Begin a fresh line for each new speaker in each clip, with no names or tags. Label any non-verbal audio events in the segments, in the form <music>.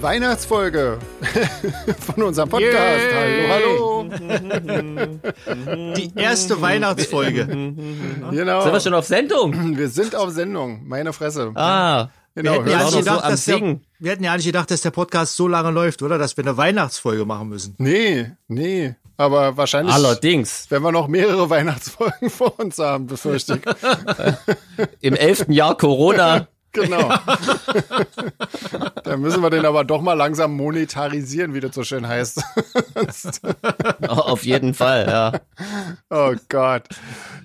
Weihnachtsfolge <laughs> von unserem Podcast.
Yay.
Hallo,
Die erste Weihnachtsfolge.
hallo. Genau.
Sind wir schon auf Sendung?
Wir sind auf Sendung. Meine Fresse.
Ah,
<laughs>
genau.
hätten ja
hörst
auch
du-
noch so am
dass der,
Singen.
wir hätten ja eigentlich gedacht, dass der Podcast so lange läuft, oder? Dass wir eine Weihnachtsfolge machen müssen.
nee, nee. Aber wahrscheinlich,
allerdings.
wenn wir noch mehrere <laughs> Weihnachtsfolgen vor uns haben, befürchte
<laughs>
ich.
Im elften Jahr <laughs> Corona.
Genau. Dann müssen wir den aber doch mal langsam monetarisieren, wie das so schön heißt. <laughs>
Oh, auf jeden Fall, ja.
Oh Gott.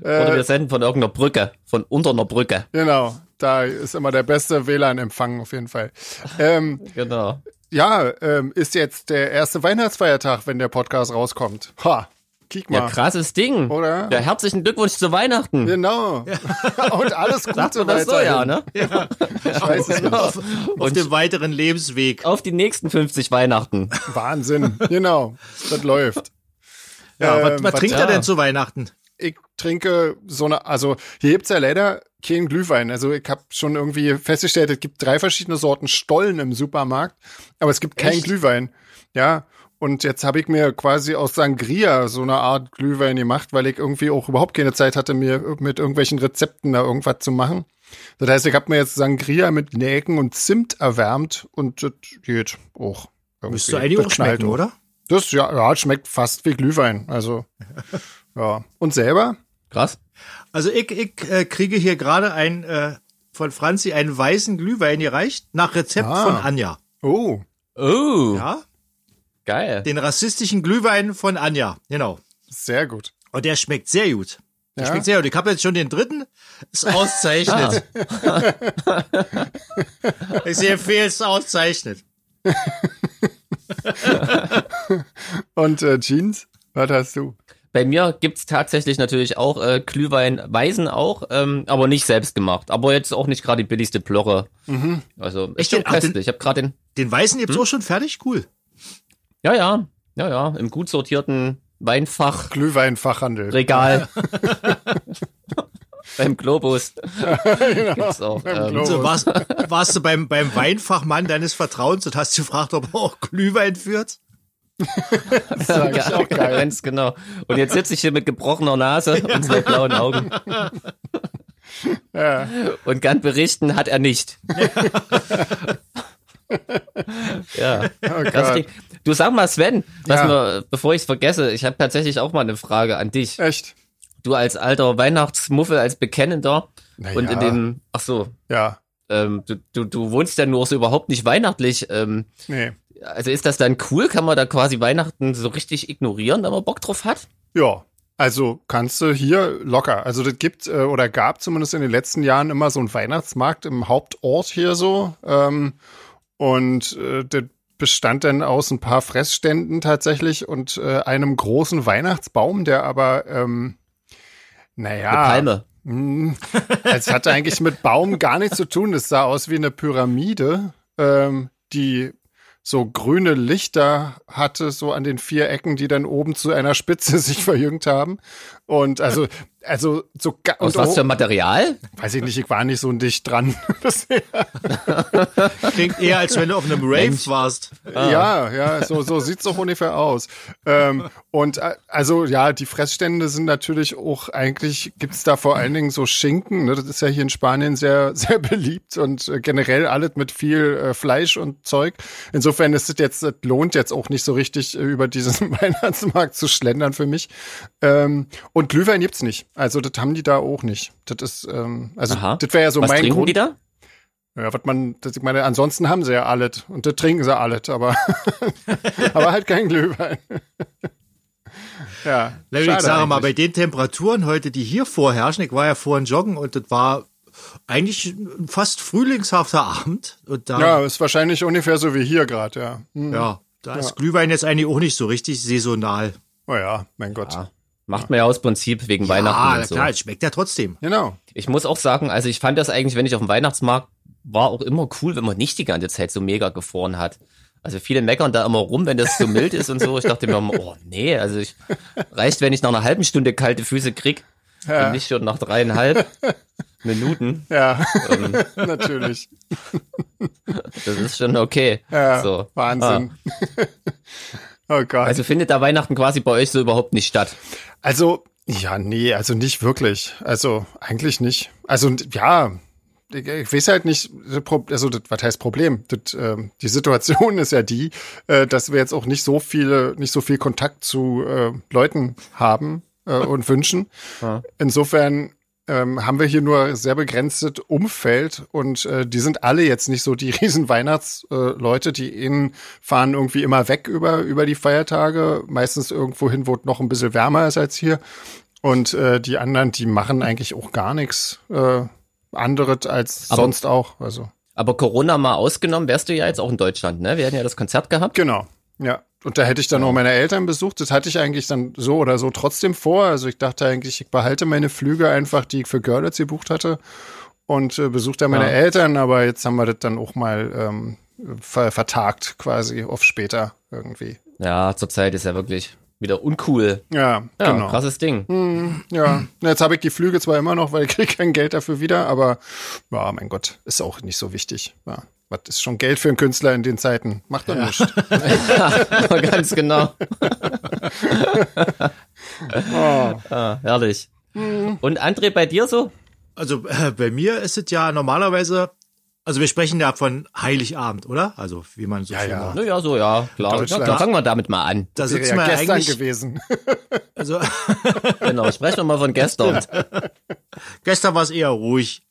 Oder wir senden von irgendeiner Brücke, von unter einer Brücke.
Genau. Da ist immer der beste WLAN-Empfang auf jeden Fall. Ähm,
Genau.
Ja, ähm, ist jetzt der erste Weihnachtsfeiertag, wenn der Podcast rauskommt. Ha, kick mal.
Ja, krasses Ding.
Oder?
Ja, herzlichen Glückwunsch zu Weihnachten.
Genau. <laughs> Und alles
Sagt
Gute
man das so,
weiterhin.
ja, ne? Genau.
Ich weiß es nicht.
Auf, auf dem weiteren Lebensweg.
Auf die nächsten 50 Weihnachten.
Wahnsinn. Genau. Das läuft.
Ja, was,
Ähm,
was trinkt
ja.
er denn zu Weihnachten?
ich trinke so eine, also hier gibt's ja leider keinen Glühwein. Also ich habe schon irgendwie festgestellt, es gibt drei verschiedene Sorten Stollen im Supermarkt, aber es gibt keinen Glühwein. Ja. Und jetzt habe ich mir quasi aus Sangria so eine Art Glühwein gemacht, weil ich irgendwie auch überhaupt keine Zeit hatte, mir mit irgendwelchen Rezepten da irgendwas zu machen. Das heißt, ich habe mir jetzt Sangria mit Nelken und Zimt erwärmt und das geht auch. Irgendwie.
Müsste eigentlich
Das
auch
knallt
schmecken,
auch.
oder?
Das ja, ja, schmeckt fast wie Glühwein.
<laughs>
Also ja. Und selber?
Krass.
Also ich, ich äh, kriege hier gerade ein äh, von Franzi einen weißen Glühwein gereicht, nach Rezept
Ah.
von Anja.
Oh,
Oh,
Ja?
geil.
Den rassistischen Glühwein von Anja, genau.
sehr gut.
Und der schmeckt sehr gut. Der
Ja?
schmeckt sehr gut. Ich habe jetzt schon den dritten. Ist auszeichnet.
Ah.
ich sehe viel, ist auszeichnet.
Und äh, Jeans, was hast du?
Bei mir gibt's tatsächlich natürlich auch äh, Glühwein, Weißen auch, ähm, aber nicht selbst gemacht. Aber jetzt auch nicht gerade die billigste Plorre.
Mhm.
Also
Echt?
ist schon
Ach, den-
köstlich. Ich habe gerade den,
Den weißen
Hm?
gibt's auch schon fertig? Cool.
ja, ja, ja, ja, im gut sortierten
<laughs>
Weinfachregal.
Glühweinfachhandel.
beim Globus. Gibt's auch.
Genau. Beim
ähm,
Äh,
<laughs>
Globus.
So, warst, warst du beim, beim Weinfachmann deines Vertrauens und hast gefragt, ob er auch Glühwein führt?
Das sag ich auch geil.
Ganz genau. Und jetzt sitze ich hier mit gebrochener Nase und zwei blauen Augen. Und kann berichten, hat
<laughs>
er nicht. ja.
Oh
Das
Gott.
klingt- du sag mal, Sven, was
Ja.
mir, bevor ich es vergesse, ich habe tatsächlich auch mal eine Frage an dich.
Echt?
Du als alter Weihnachtsmuffel, als Bekennender
Na
und
Ah ja.
in dem, ach so,
Ja,
ähm, du, du, du wohnst ja nur so überhaupt nicht weihnachtlich. Ähm,
nee.
also ist das dann cool? Kann man da quasi Weihnachten so richtig ignorieren, wenn man Bock drauf hat?
Ja, also kannst du hier locker. Also das gibt äh, oder gab zumindest in den letzten Jahren immer so einen Weihnachtsmarkt im Hauptort hier so. Ähm, und äh, das bestand dann aus ein paar Fressständen tatsächlich und äh, einem großen Weihnachtsbaum, der aber, ähm, naja.
Palme.
Hm, Es hatte eigentlich mit Baum gar nichts zu tun. Es sah aus wie eine Pyramide, ähm, die so grüne Lichter hatte, so an den vier Ecken, die dann oben zu einer Spitze <laughs> sich verjüngt haben. Und also, also so ga-
Aus
und
was für
oh,
Material?
weiß ich nicht, ich war nicht so dicht dran. <laughs> Bisher.
Klingt eher, als wenn du auf einem Rave warst.
Ah.
Ja, ja, so, so sieht's doch ungefähr aus. Ähm, und äh, also ja, die Fressstände sind natürlich auch eigentlich, gibt's da vor allen Dingen so Schinken, ne? das ist ja hier in Spanien sehr, <laughs> sehr beliebt und äh, generell alles mit viel äh, Fleisch und Zeug. Insofern ist es jetzt, das lohnt jetzt auch nicht so richtig, äh, über diesen <laughs> Weihnachtsmarkt zu schlendern für mich. Ähm, und Glühwein gibt's nicht. Also das haben die da auch nicht. Das ist, ähm, also
Aha.
das wäre ja so
was
mein
trinken
Grund.
die da?
Ja, was man, das, ich meine, ansonsten haben sie ja alles und das trinken sie alles, aber, <laughs> aber halt kein Glühwein. <laughs> ja.
Na, ich sage mal, bei
eigentlich.
den Temperaturen heute, die hier vorherrschen, ich war ja vorhin joggen und das war eigentlich ein fast frühlingshafter Abend. Und da, ja,
Ja, ist wahrscheinlich ungefähr so wie hier gerade, ja. Hm.
da ist Glühwein jetzt eigentlich auch nicht so richtig saisonal.
Oh ja, mein Gott.
Macht man ja aus Prinzip wegen Weihnachten
ja,
und so.
klar, es schmeckt ja trotzdem.
Genau.
Ich muss auch sagen, also ich fand das eigentlich, wenn ich auf dem Weihnachtsmarkt war, auch immer cool, wenn man nicht die ganze Zeit so mega gefroren hat. Also viele meckern da immer rum, wenn das so mild ist und so. Ich dachte mir immer, oh nee, also ich, reicht, wenn ich nach einer halben Stunde kalte Füße krieg und nicht schon
<laughs>
nach dreieinhalb Minuten.
Ja, natürlich.
Das ist schon okay.
Ja,
so. Ah.
Wahnsinn. <laughs> oh Gott.
Also findet da Weihnachten quasi bei euch so überhaupt nicht statt.
Also, ja, nee, also nicht wirklich. Also, eigentlich nicht. Also, und ja, ich, ich weiß halt nicht, das Pro- also, das, was heißt Problem? Das, ähm, die Situation <laughs> ist ja die, äh, dass wir jetzt auch nicht so viele, nicht so viel Kontakt zu äh, Leuten haben äh, und wünschen.
Ja.
Insofern ähm, haben wir hier nur sehr begrenztes Umfeld und äh, die sind alle jetzt nicht so die <laughs> riesen Weihnachtsleute, äh, Leute. die innen fahren irgendwie immer weg über, über die Feiertage, meistens irgendwo hin, wo es noch ein bisschen wärmer ist als hier. Und äh, die anderen, die machen eigentlich auch gar nichts äh, anderes als
Aber-
sonst auch. Also
Aber Corona mal ausgenommen, wärst du ja jetzt auch in Deutschland, ne? Wir hätten ja das Konzert gehabt.
Genau, ja. Und da hätte ich dann auch meine Eltern besucht. Das hatte ich eigentlich dann so oder so trotzdem vor. Also ich dachte eigentlich, ich behalte meine Flüge einfach, die ich für Görlitz gebucht hatte und äh, besuche da meine
Ja.
Eltern. Aber jetzt haben wir das dann auch mal ähm, ver vertagt quasi auf später irgendwie.
Ja, zurzeit ist ja wirklich wieder uncool.
Ja,
Ja,
genau.
krasses Ding.
Ja, Na, jetzt habe ich die Flüge zwar immer noch, weil ich kriege kein Geld dafür wieder, aber ja, mein Gott, ist auch nicht so wichtig. Ja. Was ist schon Geld für einen Künstler in den Zeiten? Macht doch nichts.
<laughs>
Ganz genau.
Oh.
Ah, herrlich. Und André, bei dir so?
Also äh, bei mir ist es ja normalerweise, also wir sprechen ja von Heiligabend, oder? Also wie man so
Ja,
schön
ja.
sagt.
Naja, so, ja, klar. Na,
Deutschland.
dann fangen wir damit mal an.
Da
Wäre
sitzen
ja
wir ja
gestern
eigentlich,
gewesen.
also <laughs>
Genau, sprechen wir mal von gestern.
gestern war es eher ruhig.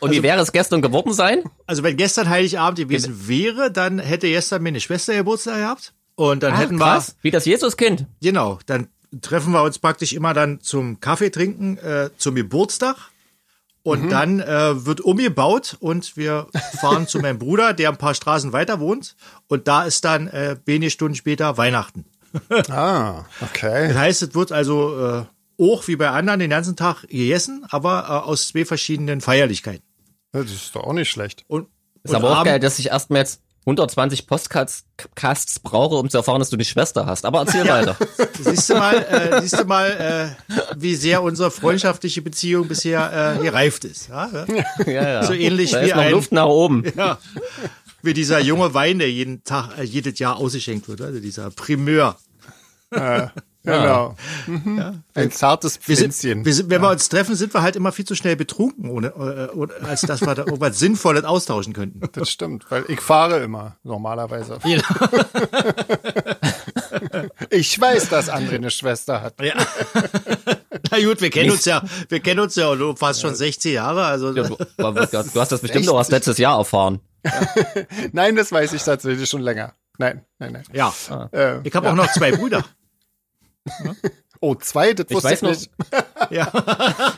Und wie wäre es gestern geworden sein?
Also wenn gestern Heiligabend gewesen wäre, dann hätte gestern meine Schwester Geburtstag gehabt. Und
Ah,
dann hätten wir,
Krass, wie das Jesuskind.
genau, dann treffen wir uns praktisch immer dann zum Kaffee trinken, äh, zum Geburtstag.
Mhm.
Und dann äh, wird umgebaut und wir fahren zu meinem Bruder, der ein paar Straßen weiter wohnt. Und da ist dann äh, wenige Stunden später Weihnachten.
<laughs> Ah, okay.
Das heißt, es wird also äh, auch wie bei anderen den ganzen Tag gegessen, aber äh, aus zwei verschiedenen Feierlichkeiten.
Ja, Das ist doch auch nicht schlecht.
Und,
Ist aber auch geil, dass ich erstmal jetzt 120 Postcasts Casts brauche, um zu erfahren, dass du eine Schwester hast. Aber erzähl
<laughs>
weiter.
Siehst du mal, äh, siehst du mal äh, wie sehr unsere freundschaftliche Beziehung bisher äh, gereift ist.
<laughs>
Ja?
Ja, ja.
So ähnlich
da
wie
ist noch
ein-
Luft nach oben.
Ja. Wie dieser junge Wein, der jeden Tag, äh, jedes Jahr ausgeschenkt wird, also dieser Primeur.
Genau. Mhm. Ein zartes
Wir sind,
Pflänzchen.
wir sind, wenn wir uns treffen, sind wir halt immer viel zu schnell betrunken, ohne, äh, ohne, als dass wir da irgendwas Sinnvolles austauschen könnten.
Das stimmt, weil ich fahre immer normalerweise. Genau. <laughs> ich weiß, dass André eine Schwester hat.
Ja. <laughs> Na gut, wir kennen uns ja, wir kennen uns ja nur fast schon 60 Jahre, also
Ja, Du, du hast das bestimmt noch erst letztes Jahr erfahren.
Nein, das weiß ich tatsächlich schon länger. Nein, nein, nein.
ja.
Ah.
Äh,
Ich habe auch noch zwei Brüder.
oh, zwei, das wusste ich,
weiß noch-
nicht.
Ja,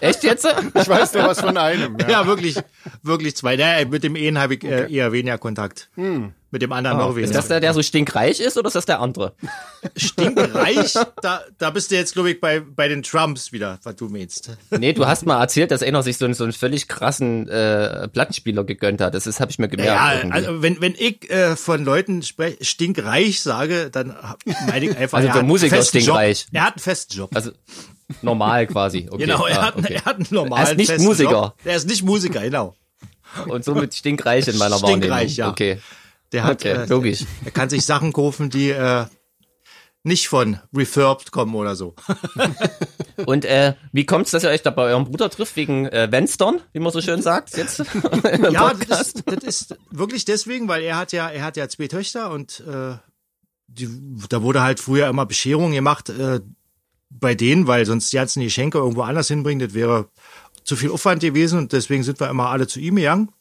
Echt jetzt?
Ich weiß nur was von einem. Ja.
ja wirklich, wirklich zwei. Naja, mit dem einen habe ich äh, eher weniger Kontakt. Mit dem anderen noch
Hm. Ah, Ist
weniger.
das der, der so stinkreich ist oder ist das der andere?
Stinkreich, da, da bist du jetzt, glaube ich, bei, bei den Trumps wieder, was du meinst.
Nee, du hast mal erzählt, dass einer sich so einen, so einen völlig krassen äh, Plattenspieler gegönnt hat. Das habe ich mir gemerkt.
Ja,
irgendwie.
also wenn, wenn ich äh, von Leuten spreche, stinkreich sage, dann hab- meine ich einfach.
Also
er
der
hat einen
Musiker
festen
stinkreich.
Job. Er hat einen festen Job.
Also
<laughs>
normal quasi. Okay.
genau, er,
ah,
hat, einen-
okay.
er hat einen normalen
Er ist nicht
festen
Musiker.
Job. Er ist nicht Musiker, genau.
Und somit stinkreich in meiner
Stinkreich,
Wahrnehmung.
ja.
Okay,
Der hat,
okay,
äh,
logisch.
er kann sich Sachen kaufen, die äh, nicht von Refurbed kommen oder so.
Und äh, wie kommt's, dass ihr euch da bei eurem Bruder trifft? Wegen äh, Venstern, wie man so schön
<laughs>
sagt jetzt? Im
Ja,
Podcast?
das ist, das ist wirklich deswegen, weil er hat ja, er hat ja zwei Töchter und äh, die, da wurde halt früher immer Bescherung gemacht äh, bei denen, weil sonst die ganzen Geschenke irgendwo anders hinbringen, das wäre zu viel Aufwand gewesen und deswegen sind wir immer alle zu ihm gegangen.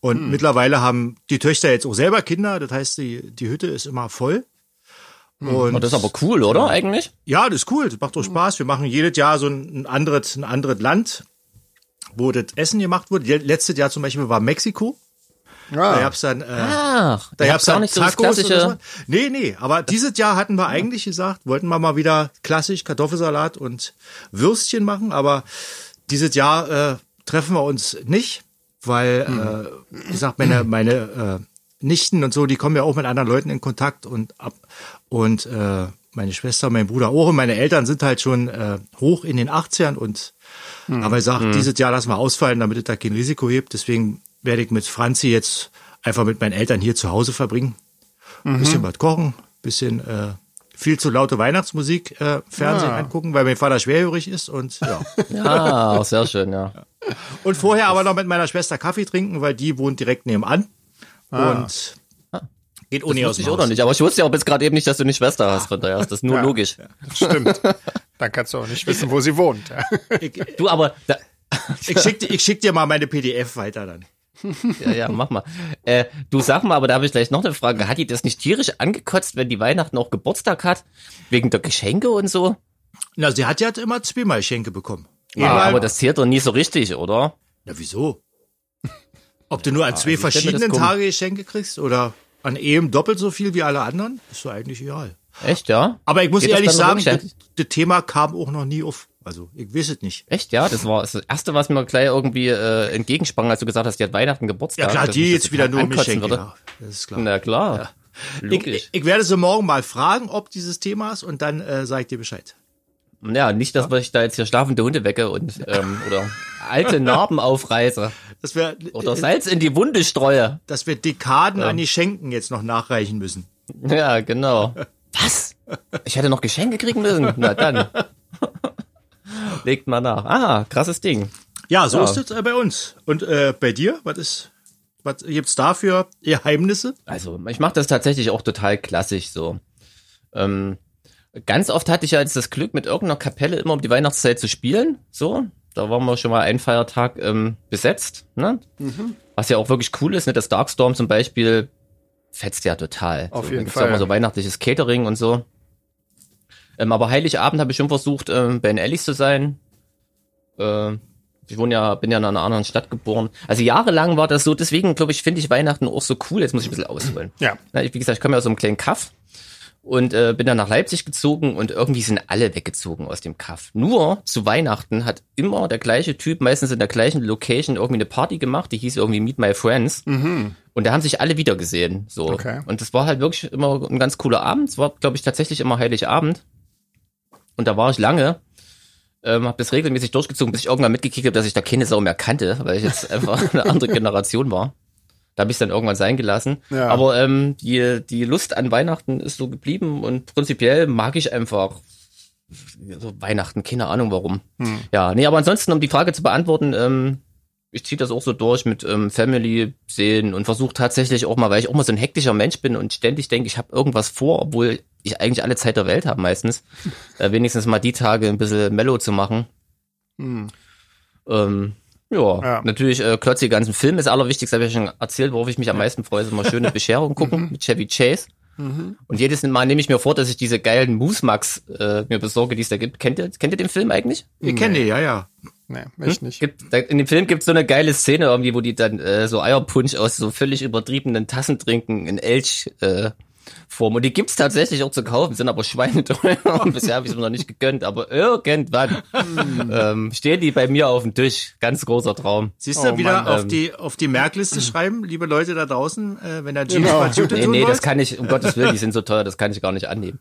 Und
Hm.
mittlerweile haben die Töchter jetzt auch selber Kinder, das heißt, die, die Hütte ist immer voll. Und
Oh, das Hm. ist aber cool, oder eigentlich?
ja, das ist cool, das macht doch Spaß. Wir machen jedes Jahr so ein, ein, anderes, ein anderes Land, wo das Essen gemacht wird. Le- Letztes Jahr zum Beispiel war Mexiko. Da
<laughs> Ja.
gab's dann, äh,
Ach,
da
ihr
gab's
habt Ah. gar
dann
nicht so das
Tacos
klassische.
oder so. Nee, nee, aber dieses Jahr hatten wir eigentlich gesagt, wollten wir mal wieder klassisch Kartoffelsalat und Würstchen machen, aber dieses Jahr äh, treffen wir uns nicht, weil,
Hm.
äh, wie gesagt, meine, meine äh, Nichten und so, die kommen ja auch mit anderen Leuten in Kontakt und ab und äh, meine Schwester, und mein Bruder auch und meine Eltern sind halt schon äh, hoch Mhm.
Mhm.
in den 80ern und aber ich sag, dieses Jahr lassen wir ausfallen, damit es da kein Risiko gibt. Deswegen werde ich mit Franzi jetzt einfach mit meinen Eltern hier zu Hause verbringen.
Mhm.
Ein bisschen was kochen, bisschen äh, viel zu laute Weihnachtsmusik äh, Fernsehen
Ah.
angucken, weil mein Vater schwerhörig ist und
<laughs>
ja.
Ah, auch sehr schön, ja.
Und vorher aber noch mit meiner Schwester Kaffee trinken, weil die wohnt direkt nebenan. Und geht
Ah. Das
ohne aus
wusste
dem
ich auch noch
Haus.
nicht, aber ich wusste ja auch bis gerade eben nicht, dass du eine Schwester hast, von daher ist das nur
Ja.
logisch.
Stimmt. Dann kannst du auch nicht wissen, wo sie wohnt. Ja.
Ich,
Du, aber, da,
ich, schick, dir- ich schick dir mal meine PDF weiter dann.
ja, ja, mach mal. Äh, du sag mal, aber da habe ich gleich noch eine Frage. Hat die das nicht tierisch angekotzt, wenn die Weihnachten auch Geburtstag hat? Wegen der Geschenke und so?
Na, sie hat ja immer zweimal Geschenke bekommen.
Ja,
Einmal-
Ah, aber das zählt doch nie so richtig, oder?
Na, wieso? <laughs> Ob du nur an zwei
wie stellt also mir das
verschiedenen
dumm?
Tage Geschenke kriegst oder an eben doppelt so viel wie alle anderen, ist doch eigentlich egal.
Echt, ja?
Aber ich muss
Geht das
ehrlich
dann
sagen,
rückständig?
das, das Thema kam auch noch nie auf. Also, ich weiß es nicht.
Echt, ja? Das war das Erste, was mir gleich irgendwie äh, entgegensprang, als du gesagt hast, die hat Weihnachten Geburtstag.
Ja, klar,
dass
die
mich das
jetzt wieder nur
total
um
ankotzen
Geschenke.
würde.
Ja, das ist klar.
Na klar.
Ich,
Logisch.
ich, ich werde sie morgen mal fragen, ob dieses Thema ist und dann äh, sage ich dir Bescheid.
ja, nicht, dass ich da jetzt hier schlafende Hunde wecke und ähm, oder
<laughs>
alte Narben aufreiße
Dass wir,
oder Ähm. Salz in die Wunde streue.
äh, dass wir Dekaden an die Schenken jetzt noch nachreichen müssen.
Ja, genau. Was? Ich hätte noch Geschenke kriegen müssen. Na dann. Legt mal nach. Ah, krasses Ding.
Ja, so
Ja.
ist es äh, bei uns. Und äh, bei dir, was ist, was gibt's da für Geheimnisse?
Also, ich mache das tatsächlich auch total klassisch so. Ähm, ganz oft hatte ich ja jetzt das Glück, mit irgendeiner Kapelle immer um die Weihnachtszeit zu spielen. So, da waren wir schon mal einen Feiertag ähm, besetzt. Ne?
Mhm.
Was ja auch wirklich cool ist, ne? das Darkstorm zum Beispiel fetzt ja total.
Auf
so,
jeden
da gibt's
Fall.
auch mal so weihnachtliches Catering und so. Ähm, aber Heiligabend habe ich schon versucht, ähm, Ben Ellis zu sein. Ähm, ich wohne ja, bin ja in einer anderen Stadt geboren. Also jahrelang war das so, deswegen glaube ich, finde ich Weihnachten auch so cool. Jetzt muss ich ein bisschen ausholen.
Ja.
Na, ich, wie gesagt, ich komme ja aus einem kleinen Kaff und äh, bin dann nach Leipzig gezogen und irgendwie sind alle weggezogen aus dem Kaff. Nur zu Weihnachten hat immer der gleiche Typ, meistens in der gleichen Location, irgendwie eine Party gemacht, die hieß irgendwie Meet My Friends. Und da haben sich alle wieder gesehen. So.
Mhm. Okay.
Und das war halt wirklich immer ein ganz cooler Abend. Es war, glaube ich, tatsächlich immer Heiligabend. Und da war ich lange. Ähm, habe das regelmäßig durchgezogen, bis ich irgendwann mitgekriegt habe, dass ich da keine Sau mehr kannte, weil ich jetzt einfach eine andere Generation war. Da habe ich dann irgendwann sein gelassen.
Ja.
Aber ähm, die, die Lust an Weihnachten ist so geblieben und prinzipiell mag ich einfach so Weihnachten, keine Ahnung warum. Ja, nee, aber ansonsten, um die Frage zu beantworten, ähm, ich ziehe das auch so durch mit ähm, Family sehen und versuche tatsächlich auch mal, weil ich auch mal so ein hektischer Mensch bin und ständig denke, ich habe irgendwas vor, obwohl ich eigentlich alle Zeit der Welt habe meistens, äh, wenigstens mal die Tage ein bisschen mellow zu machen. Ähm, ja,
Ja.
natürlich äh, klotz die ganzen Filme. Das Allerwichtigste habe ich ja schon erzählt, worauf ich mich am meisten freue, ist immer schöne Bescherung gucken mit Chevy Chase. Und jedes Mal nehme ich mir vor, dass ich diese geilen Moosmax äh, mir besorge, die es da gibt. Kennt ihr, kennt ihr den Film eigentlich?
Ich kenne die, ja, ja.
Nee, ich nicht.
Gibt, da, in dem Film gibt es so eine geile Szene irgendwie, wo die dann äh, so Eierpunsch aus so völlig übertriebenen Tassen trinken in Elch äh, Form. Und die gibt's tatsächlich auch zu kaufen, sind aber schweineteuer. <laughs> Und bisher habe ich es mir noch nicht gegönnt, aber irgendwann ähm, stehen die bei mir auf dem Tisch. Ganz großer Traum.
Siehst du,
Oh
wieder
Mann,
auf,
ähm.
die, auf die Merkliste schreiben, liebe Leute da draußen, äh, wenn der Jeans
Genau.
mal Tüte
Nee,
tun
nee,
wollt.
das kann ich, um Gottes Willen, die sind so teuer, das kann ich gar nicht annehmen.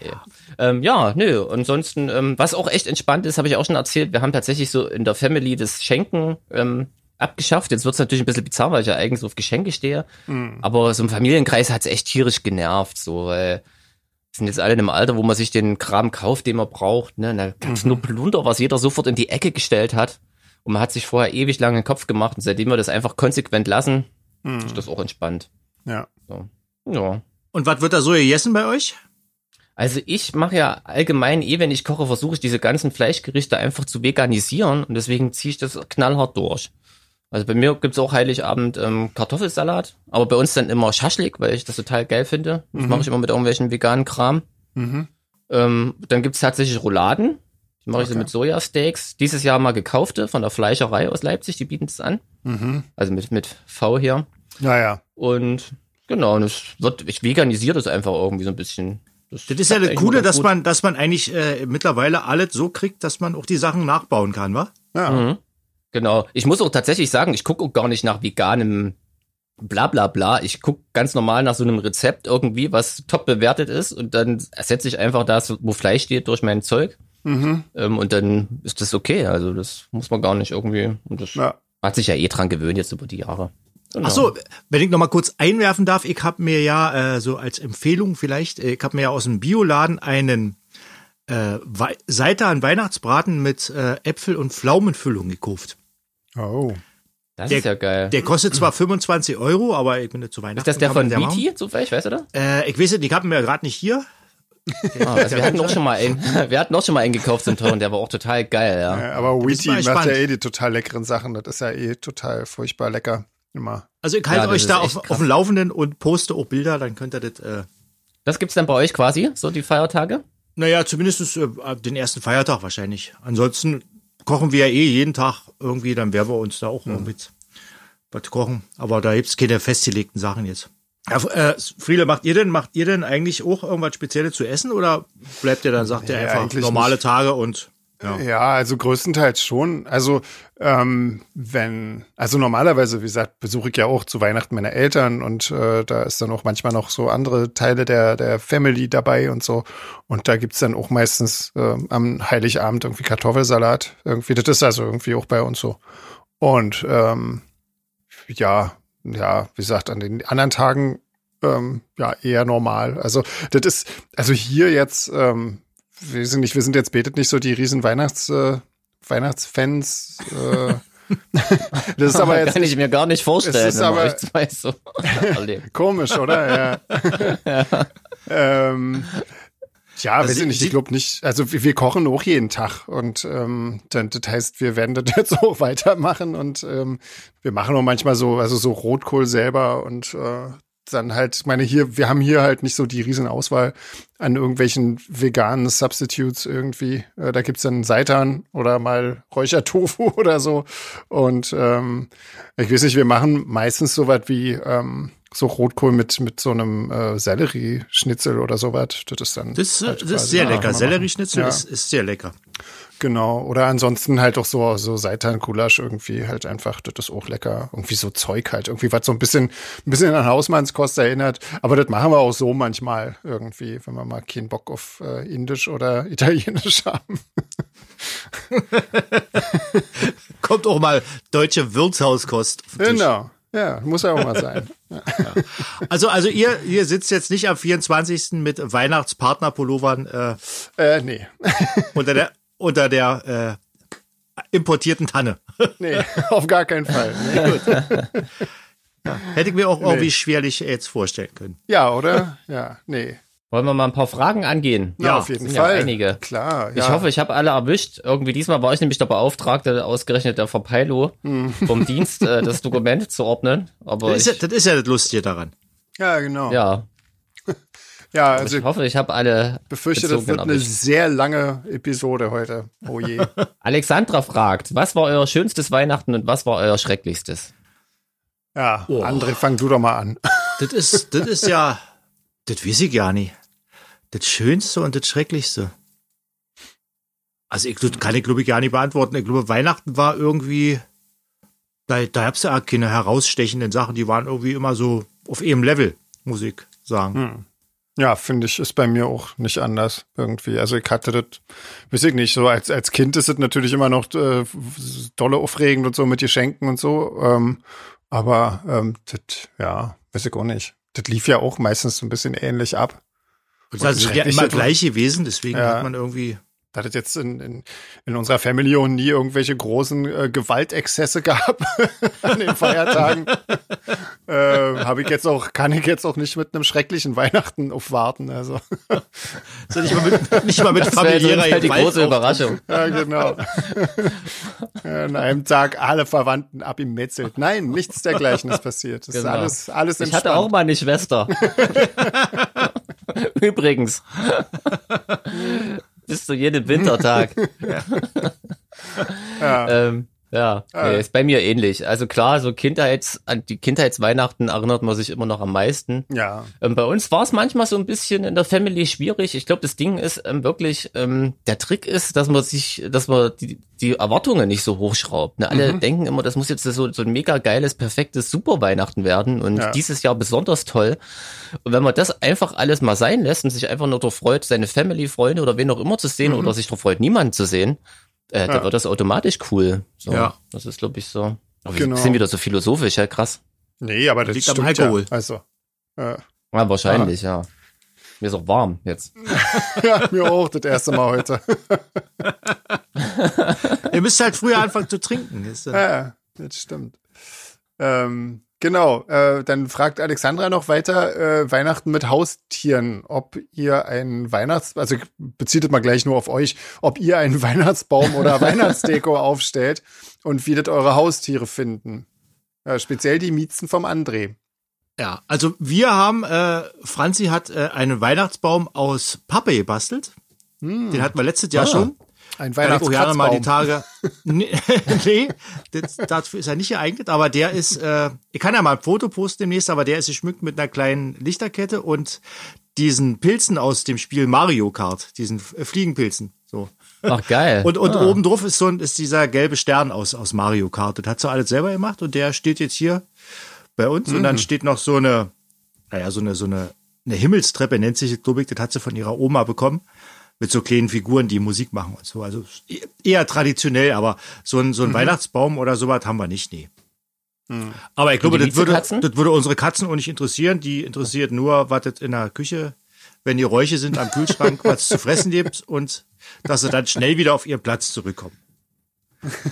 Ja. Ähm, ja, nö, ansonsten, ähm, was auch echt entspannt ist, habe ich auch schon erzählt, wir haben tatsächlich so in der Family das Schenken ähm, abgeschafft. Jetzt wird's natürlich ein bisschen bizarr, weil ich ja eigentlich so auf Geschenke stehe. Aber so im Familienkreis hat's echt tierisch genervt, so, weil wir sind jetzt alle in einem Alter, wo man sich den Kram kauft, den man braucht. Ne? Und Da gab's nur Plunder, was jeder sofort in die Ecke gestellt hat. Und man hat sich vorher ewig lange den Kopf gemacht und seitdem wir das einfach konsequent lassen, ist das auch entspannt.
Ja.
So. Ja.
Und was wird da so gegessen bei euch?
Also ich mache ja allgemein, eh wenn ich koche, versuche ich diese ganzen Fleischgerichte einfach zu veganisieren und deswegen ziehe ich das knallhart durch. Also bei mir gibt's auch Heiligabend ähm, Kartoffelsalat, aber bei uns dann immer Schaschlik, weil ich das total geil finde. Das mache ich immer mit irgendwelchen veganen Kram.
Mhm.
Ähm, dann gibt's tatsächlich Rouladen. Die mache ich so
Okay.
mit Sojasteaks. Dieses Jahr mal gekaufte von der Fleischerei aus Leipzig, die bieten's an.
Mhm.
Also mit, mit V hier.
Naja.
Und genau, und es wird, ich veganisiere das einfach irgendwie so ein bisschen.
Das ist ja das
eigentlich
Coole,
ganz
dass
gut.
man, dass man eigentlich äh, mittlerweile alles so kriegt, dass man auch die Sachen nachbauen kann, wa?
Ja.
Mhm. Genau. Ich muss auch tatsächlich sagen, ich gucke auch gar nicht nach veganem bla bla bla. Ich gucke ganz normal nach so einem Rezept irgendwie, was top bewertet ist und dann ersetze ich einfach das, wo Fleisch steht, durch mein Zeug.
Mhm.
Ähm, und dann ist das okay. Also das muss man gar nicht irgendwie. Und das
Ja.
Hat sich ja eh dran gewöhnt jetzt über die Jahre. Genau.
Ach so, wenn ich noch mal kurz einwerfen darf, ich habe mir ja äh, so als Empfehlung vielleicht, äh, ich habe mir ja aus dem Bioladen einen äh, Wei- Seitan Weihnachtsbraten mit äh, Äpfel und Pflaumenfüllung gekauft.
Oh.
Das
der-
ist ja geil.
Der kostet zwar 25 Euro, aber ich bin nicht zu Weihnachten.
ist das der
kann man
von
ja machen.
BT zufällig, weißt du das?
Äh, ich weiß nicht, die haben wir ja gerade nicht hier.
Ah, also wir hatten noch schon mal einen, <laughs> wir hatten noch schon mal einen gekauft zum Tor und der war auch total geil, ja.
Ja, Äh, aber
bist
Wheaty
du mal
macht ja
gespannt.
eh die total leckeren Sachen. Das ist ja eh total furchtbar lecker. Immer.
Also ich halte
Ja, das
euch
ist
da
echt
auf,
krass.
auf dem Laufenden und poste auch Bilder, dann könnt ihr das, äh,
Das gibt's dann bei euch quasi, so die Feiertage?
naja, zumindest äh, ab den ersten Feiertag wahrscheinlich. Ansonsten kochen wir ja eh jeden Tag irgendwie, dann werden wir uns da auch mal mit was kochen. Aber da gibt's keine festgelegten Sachen jetzt. Ja, f- äh, Friele, macht ihr denn, macht ihr denn eigentlich auch irgendwas Spezielles zu essen oder bleibt ihr dann, sagt ihr
Nee,
einfach
eigentlich
normale
nicht.
Tage und ja.
Ja, also größtenteils schon. Also ähm, wenn, also normalerweise, wie gesagt, besuche ich ja auch zu Weihnachten meine Eltern und äh, da ist dann auch manchmal noch so andere Teile der, der Family dabei und so. Und da gibt's dann auch meistens ähm, am Heiligabend irgendwie Kartoffelsalat. Irgendwie, das ist also irgendwie auch bei uns so. Und ähm, ja, ja, wie gesagt, an den anderen Tagen ähm, ja eher normal. Also das ist, also hier jetzt, ähm, wir sind nicht, wir sind jetzt betet nicht so die riesen Weihnachts, äh, Weihnachtsfans. Äh. <laughs> das ist aber jetzt
<laughs> kann ich mir gar nicht vorstellen,
Es ist
wenn man
aber-
euch zwei so <laughs> erlebt.
Komisch, oder? Ja.
<laughs>
<laughs> ähm, ja,
Also
weiß ich
sie-
nicht.
sie-
Ich glaube nicht. Also wir, wir kochen auch jeden Tag und ähm, dann, das heißt, wir werden das <laughs> jetzt auch weitermachen und ähm, wir machen auch manchmal so, also so Rotkohl selber und äh, dann halt, ich meine, hier, wir haben hier halt nicht so die riesen Auswahl an irgendwelchen veganen Substitutes irgendwie. Äh, da gibt's dann Seitan oder mal Räuchertofu <laughs> oder so. Und ähm, ich weiß nicht, wir machen meistens sowas wie ähm, so Rotkohl mit, mit so einem äh, Sellerie-Schnitzel oder sowas. Das ist dann.
Das,
halt
äh, das ist
quasi-
sehr
Ah,
lecker.
kann man
Sellerieschnitzel
Ja.
ist, ist sehr lecker.
machen. Genau. Oder ansonsten halt auch so, so Seitan-Gulasch irgendwie halt einfach. Das ist auch lecker. Irgendwie so Zeug halt. Irgendwie was so ein bisschen, ein bisschen an Hausmannskost erinnert. Aber das machen wir auch so manchmal irgendwie, wenn wir mal keinen Bock auf äh, Indisch oder <laughs> Italienisch haben.
Kommt auch mal deutsche Wirtshauskost. auf den Tisch.
Genau. Ja, muss ja auch mal sein.
<laughs>
Also, also ihr, ihr sitzt jetzt nicht am 24. mit Weihnachtspartnerpullovern äh,
äh, nee.
unter der, unter der äh, importierten Tanne.
<laughs> Nee, auf gar keinen Fall. Nee.
Hätte ich mir auch irgendwie schwerlich jetzt vorstellen können.
Ja, oder? Ja, nee.
Wollen wir mal ein paar Fragen angehen?
Na,
Ja,
auf jeden
sind ja
Fall.
einige.
Klar.
Ich
ja.
hoffe, ich habe alle erwischt. Irgendwie diesmal war ich nämlich der Beauftragte, ausgerechnet der Verpeilo
Hm.
vom Dienst, äh, das Dokument zu ordnen. Aber
Das ist,
ich,
ja- das ist ja das Lustige daran.
Ja, genau. Ja,
ja,
also
ich
ich
hoffe, ich habe alle
befürchte, das
bezogenen
wird eine
erwischt.
sehr lange Episode heute. Oh je.
Alexandra fragt, was war euer schönstes Weihnachten und was war euer schrecklichstes?
Ja,
Oh.
André, fang du doch mal an.
Das ist, das ist ja, das weiß ich gar nicht. Das Schönste und das Schrecklichste. Also ich, das kann ich glaube ich gar nicht beantworten. Ich glaube, Weihnachten war irgendwie, da, da gab's ja keine herausstechenden Sachen. Die waren irgendwie immer so auf ihrem Level, muss ich sagen.
Ja, finde ich, ist bei mir auch nicht anders irgendwie. Also ich hatte das, weiß ich nicht, so als, als Kind ist es natürlich immer noch äh, dolle aufregend und so mit Geschenken und so. Ähm, aber ähm, das, ja, weiß ich auch nicht. Das lief ja auch meistens so ein bisschen ähnlich ab.
Und das ist ja
schrecklich
immer
ist-
gleich gewesen, deswegen
Ja.
hat man irgendwie.
Da hat es jetzt in, in, in unserer Family auch nie irgendwelche großen äh, Gewaltexzesse <laughs> gab an den Feiertagen. äh, Habe ich jetzt auch, kann ich jetzt auch nicht mit einem schrecklichen Weihnachten aufwarten. Also,
Soll ich mal
<laughs>
mit, nicht mal mit
Das wäre jetzt auf
familiärer
jeden Fall die
Gewalt
große
auf-
Überraschung.
ja,
<laughs>
genau. An einem Tag alle Verwandten abimetzelt. Nein, nichts dergleichen ist passiert. Das
Genau.
ist alles, alles
Ich hatte auch mal eine Schwester. Übrigens. <laughs> Bis zu jedem Wintertag.
Ja.
Ähm, ja, nee, ist bei mir ähnlich. Also klar, so Kindheits, an die Kindheitsweihnachten erinnert man sich immer noch am meisten.
ja,
Ähm, bei uns war es manchmal so ein bisschen in der Family schwierig. Ich glaube, das Ding ist ähm, wirklich, ähm, der Trick ist, dass man sich, dass man die, die Erwartungen nicht so hochschraubt. Ne? Alle denken immer, das muss jetzt so, so ein mega geiles, perfektes Superweihnachten werden und
Ja.
dieses Jahr besonders toll. Und wenn man das einfach alles mal sein lässt und sich einfach nur darauf freut, seine Family, Freunde oder wen auch immer zu sehen oder sich darauf freut, niemanden zu sehen, äh,
Ja.
dann wird das automatisch cool. So,
Ja.
Das ist, glaube ich, so. Aber
Genau.
genau. sind wieder so philosophisch, ja krass.
Nee, aber das
Liegt am
stimmt
Alkohol.
Ja. Also. Äh, <laughs>
Ja, wahrscheinlich, ja. Mir ist auch warm jetzt.
ja, mir auch das erste Mal heute.
Ihr müsst halt früher anfangen zu trinken. Ist, äh,
Ja, das stimmt. Ähm, genau, äh, dann fragt Alexandra noch weiter, äh, Weihnachten mit Haustieren, ob ihr einen Weihnachts-, also bezieht es mal gleich nur auf euch, ob ihr einen <laughs> Weihnachtsbaum oder
<laughs>
Weihnachtsdeko aufstellt und wie das eure Haustiere finden. Äh, speziell die Miezen vom André.
ja, also wir haben, äh, Franzi hat äh, einen Weihnachtsbaum aus Pappe gebastelt. Den hatten wir letztes Jahr
Ah.
schon.
Ein
Da hat auch Jana mal die
Weihnachtskratzbaum.
<laughs>
Tage. nee, <laughs> nee, das, dafür ist er nicht geeignet, aber der ist, äh, ich kann ja mal ein Foto posten demnächst, aber der ist geschmückt mit einer kleinen Lichterkette und diesen Pilzen aus dem Spiel Mario Kart, diesen äh, Fliegenpilzen. So.
Ach geil.
Und, und oben drauf ist so ein, ist dieser gelbe Stern aus, aus Mario Kart. Das hat sie alles selber gemacht und der steht jetzt hier bei uns. Und dann steht noch so eine, naja, so eine, so eine, eine Himmelstreppe nennt sich das, glaube ich, das hat sie von ihrer Oma bekommen. Mit so kleinen Figuren, die Musik machen und so. Also eher traditionell, aber so ein, so ein Weihnachtsbaum oder sowas haben wir nicht, nee. Aber ich glaube,
die
das würde, das
Miezekatzen?
würde unsere Katzen auch nicht interessieren. Die interessiert nur, was das in der Küche, wenn die Räuche sind am Kühlschrank, was es zu fressen gibt und dass sie dann schnell wieder auf ihren Platz zurückkommen.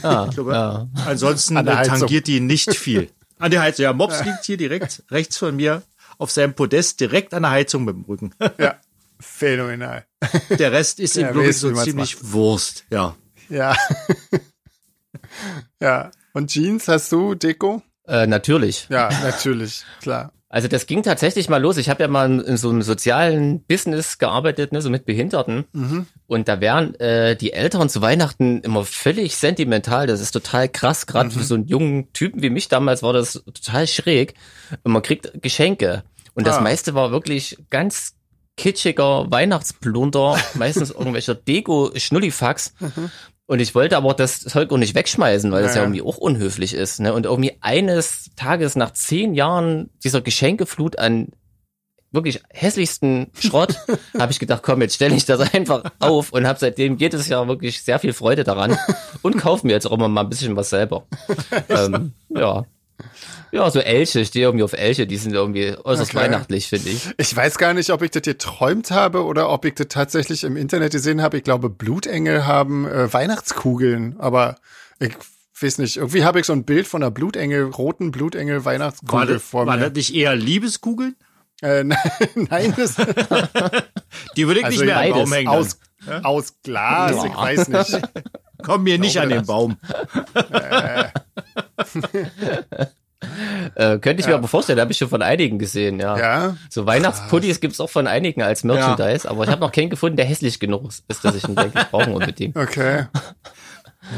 ah,
glaube,
ja.
Ansonsten
An der
äh,
Heizung.
tangiert die nicht viel. <laughs> An der Heizung. Ja, Mops liegt hier direkt rechts von mir auf seinem Podest, direkt an der Heizung mit dem Rücken.
Ja, phänomenal.
Der Rest ist
Ja,
ihm wirklich
weißt du,
so
wie man's
ziemlich Wurst. Ja.
Ja. <laughs> ja. Und Jeans, hast du Deko?
Äh, natürlich.
Ja, natürlich, klar.
Also das ging tatsächlich mal los. Ich habe ja mal in, in so einem sozialen Business gearbeitet, ne, so mit Behinderten. Und da wären äh, die Eltern zu Weihnachten immer völlig sentimental. Das ist total krass. Gerade für so einen jungen Typen wie mich damals war das total schräg. Und man kriegt Geschenke. Und das
Ah.
meiste war wirklich ganz kitschiger Weihnachtsplunder, <laughs> meistens irgendwelcher Deko-Schnullifax. Und ich wollte aber das Zeug auch nicht wegschmeißen, weil das ja
Naja.
irgendwie auch unhöflich ist. Ne? Und irgendwie eines Tages nach zehn Jahren dieser Geschenkeflut an wirklich hässlichsten Schrott, <laughs> habe ich gedacht, komm, jetzt stelle ich das einfach auf und habe seitdem jedes Jahr wirklich sehr viel Freude daran und kaufe mir jetzt auch immer mal ein bisschen was selber. ähm, ja. Ja, so Elche, ich stehe irgendwie auf Elche, die sind irgendwie äußerst
Okay.
weihnachtlich, finde ich.
Ich weiß gar nicht, ob ich das geträumt habe oder ob ich das tatsächlich im Internet gesehen habe. Ich glaube, Blutengel haben äh, Weihnachtskugeln, aber ich weiß nicht. Irgendwie habe ich so ein Bild von einer Blutengel, roten Blutengel
War,
Weihnachtskugel
das,
vor
war das
mir.
nicht eher Liebeskugeln?
Äh, <laughs> nein, nein,
<laughs>
das
Die würde Also
also
ich nicht mehr an den
beides.
Baum hängen.
aus,
Dann.
aus Glas,
Ja.
ich weiß nicht.
Komm mir nicht an den Baum.
Äh, könnte ich mir aber vorstellen, habe ich schon von einigen gesehen, ja.
Ja,
So Weihnachtspuddies gibt's auch von einigen als Merchandise, aber ich habe noch keinen gefunden, der hässlich genug ist, ist, dass ich ihn denke, ich brauche
<laughs>
ihn unbedingt.
okay.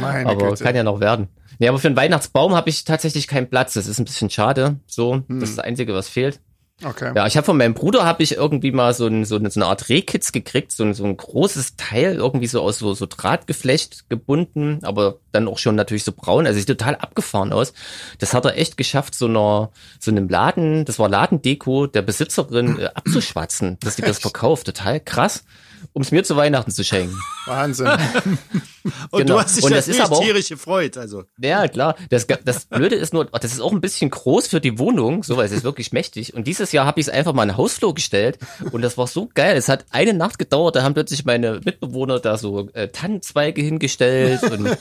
Meine
aber
Güte.
kann ja noch werden. Nee, aber für einen Weihnachtsbaum habe ich tatsächlich keinen Platz. Das ist ein bisschen schade. So, das ist das Einzige, was fehlt.
okay.
Ja, ich habe von meinem Bruder habe ich irgendwie mal so, ein, so, eine, so eine Art Rehkitz gekriegt, so ein, so ein großes Teil irgendwie so aus so, so Drahtgeflecht gebunden, aber dann auch schon natürlich so braun, also sieht total abgefahren aus. Das hat er echt geschafft, so einer so einem Laden, das war Ladendeko der Besitzerin äh, abzuschwatzen, dass die das verkauft, total krass, um es mir zu Weihnachten zu schenken.
Wahnsinn.
Und
Genau.
du hast dich
Und das ist
natürlich
aber auch-
tierisch gefreut. Also.
Ja, klar. Das, das Blöde ist nur, das ist auch ein bisschen groß für die Wohnung, so weil es ist wirklich mächtig. Und dieses Jahr habe ich es einfach mal in den Hausflur gestellt und das war so geil. Es hat eine Nacht gedauert, da haben plötzlich meine Mitbewohner da so äh, Tannenzweige hingestellt und äh,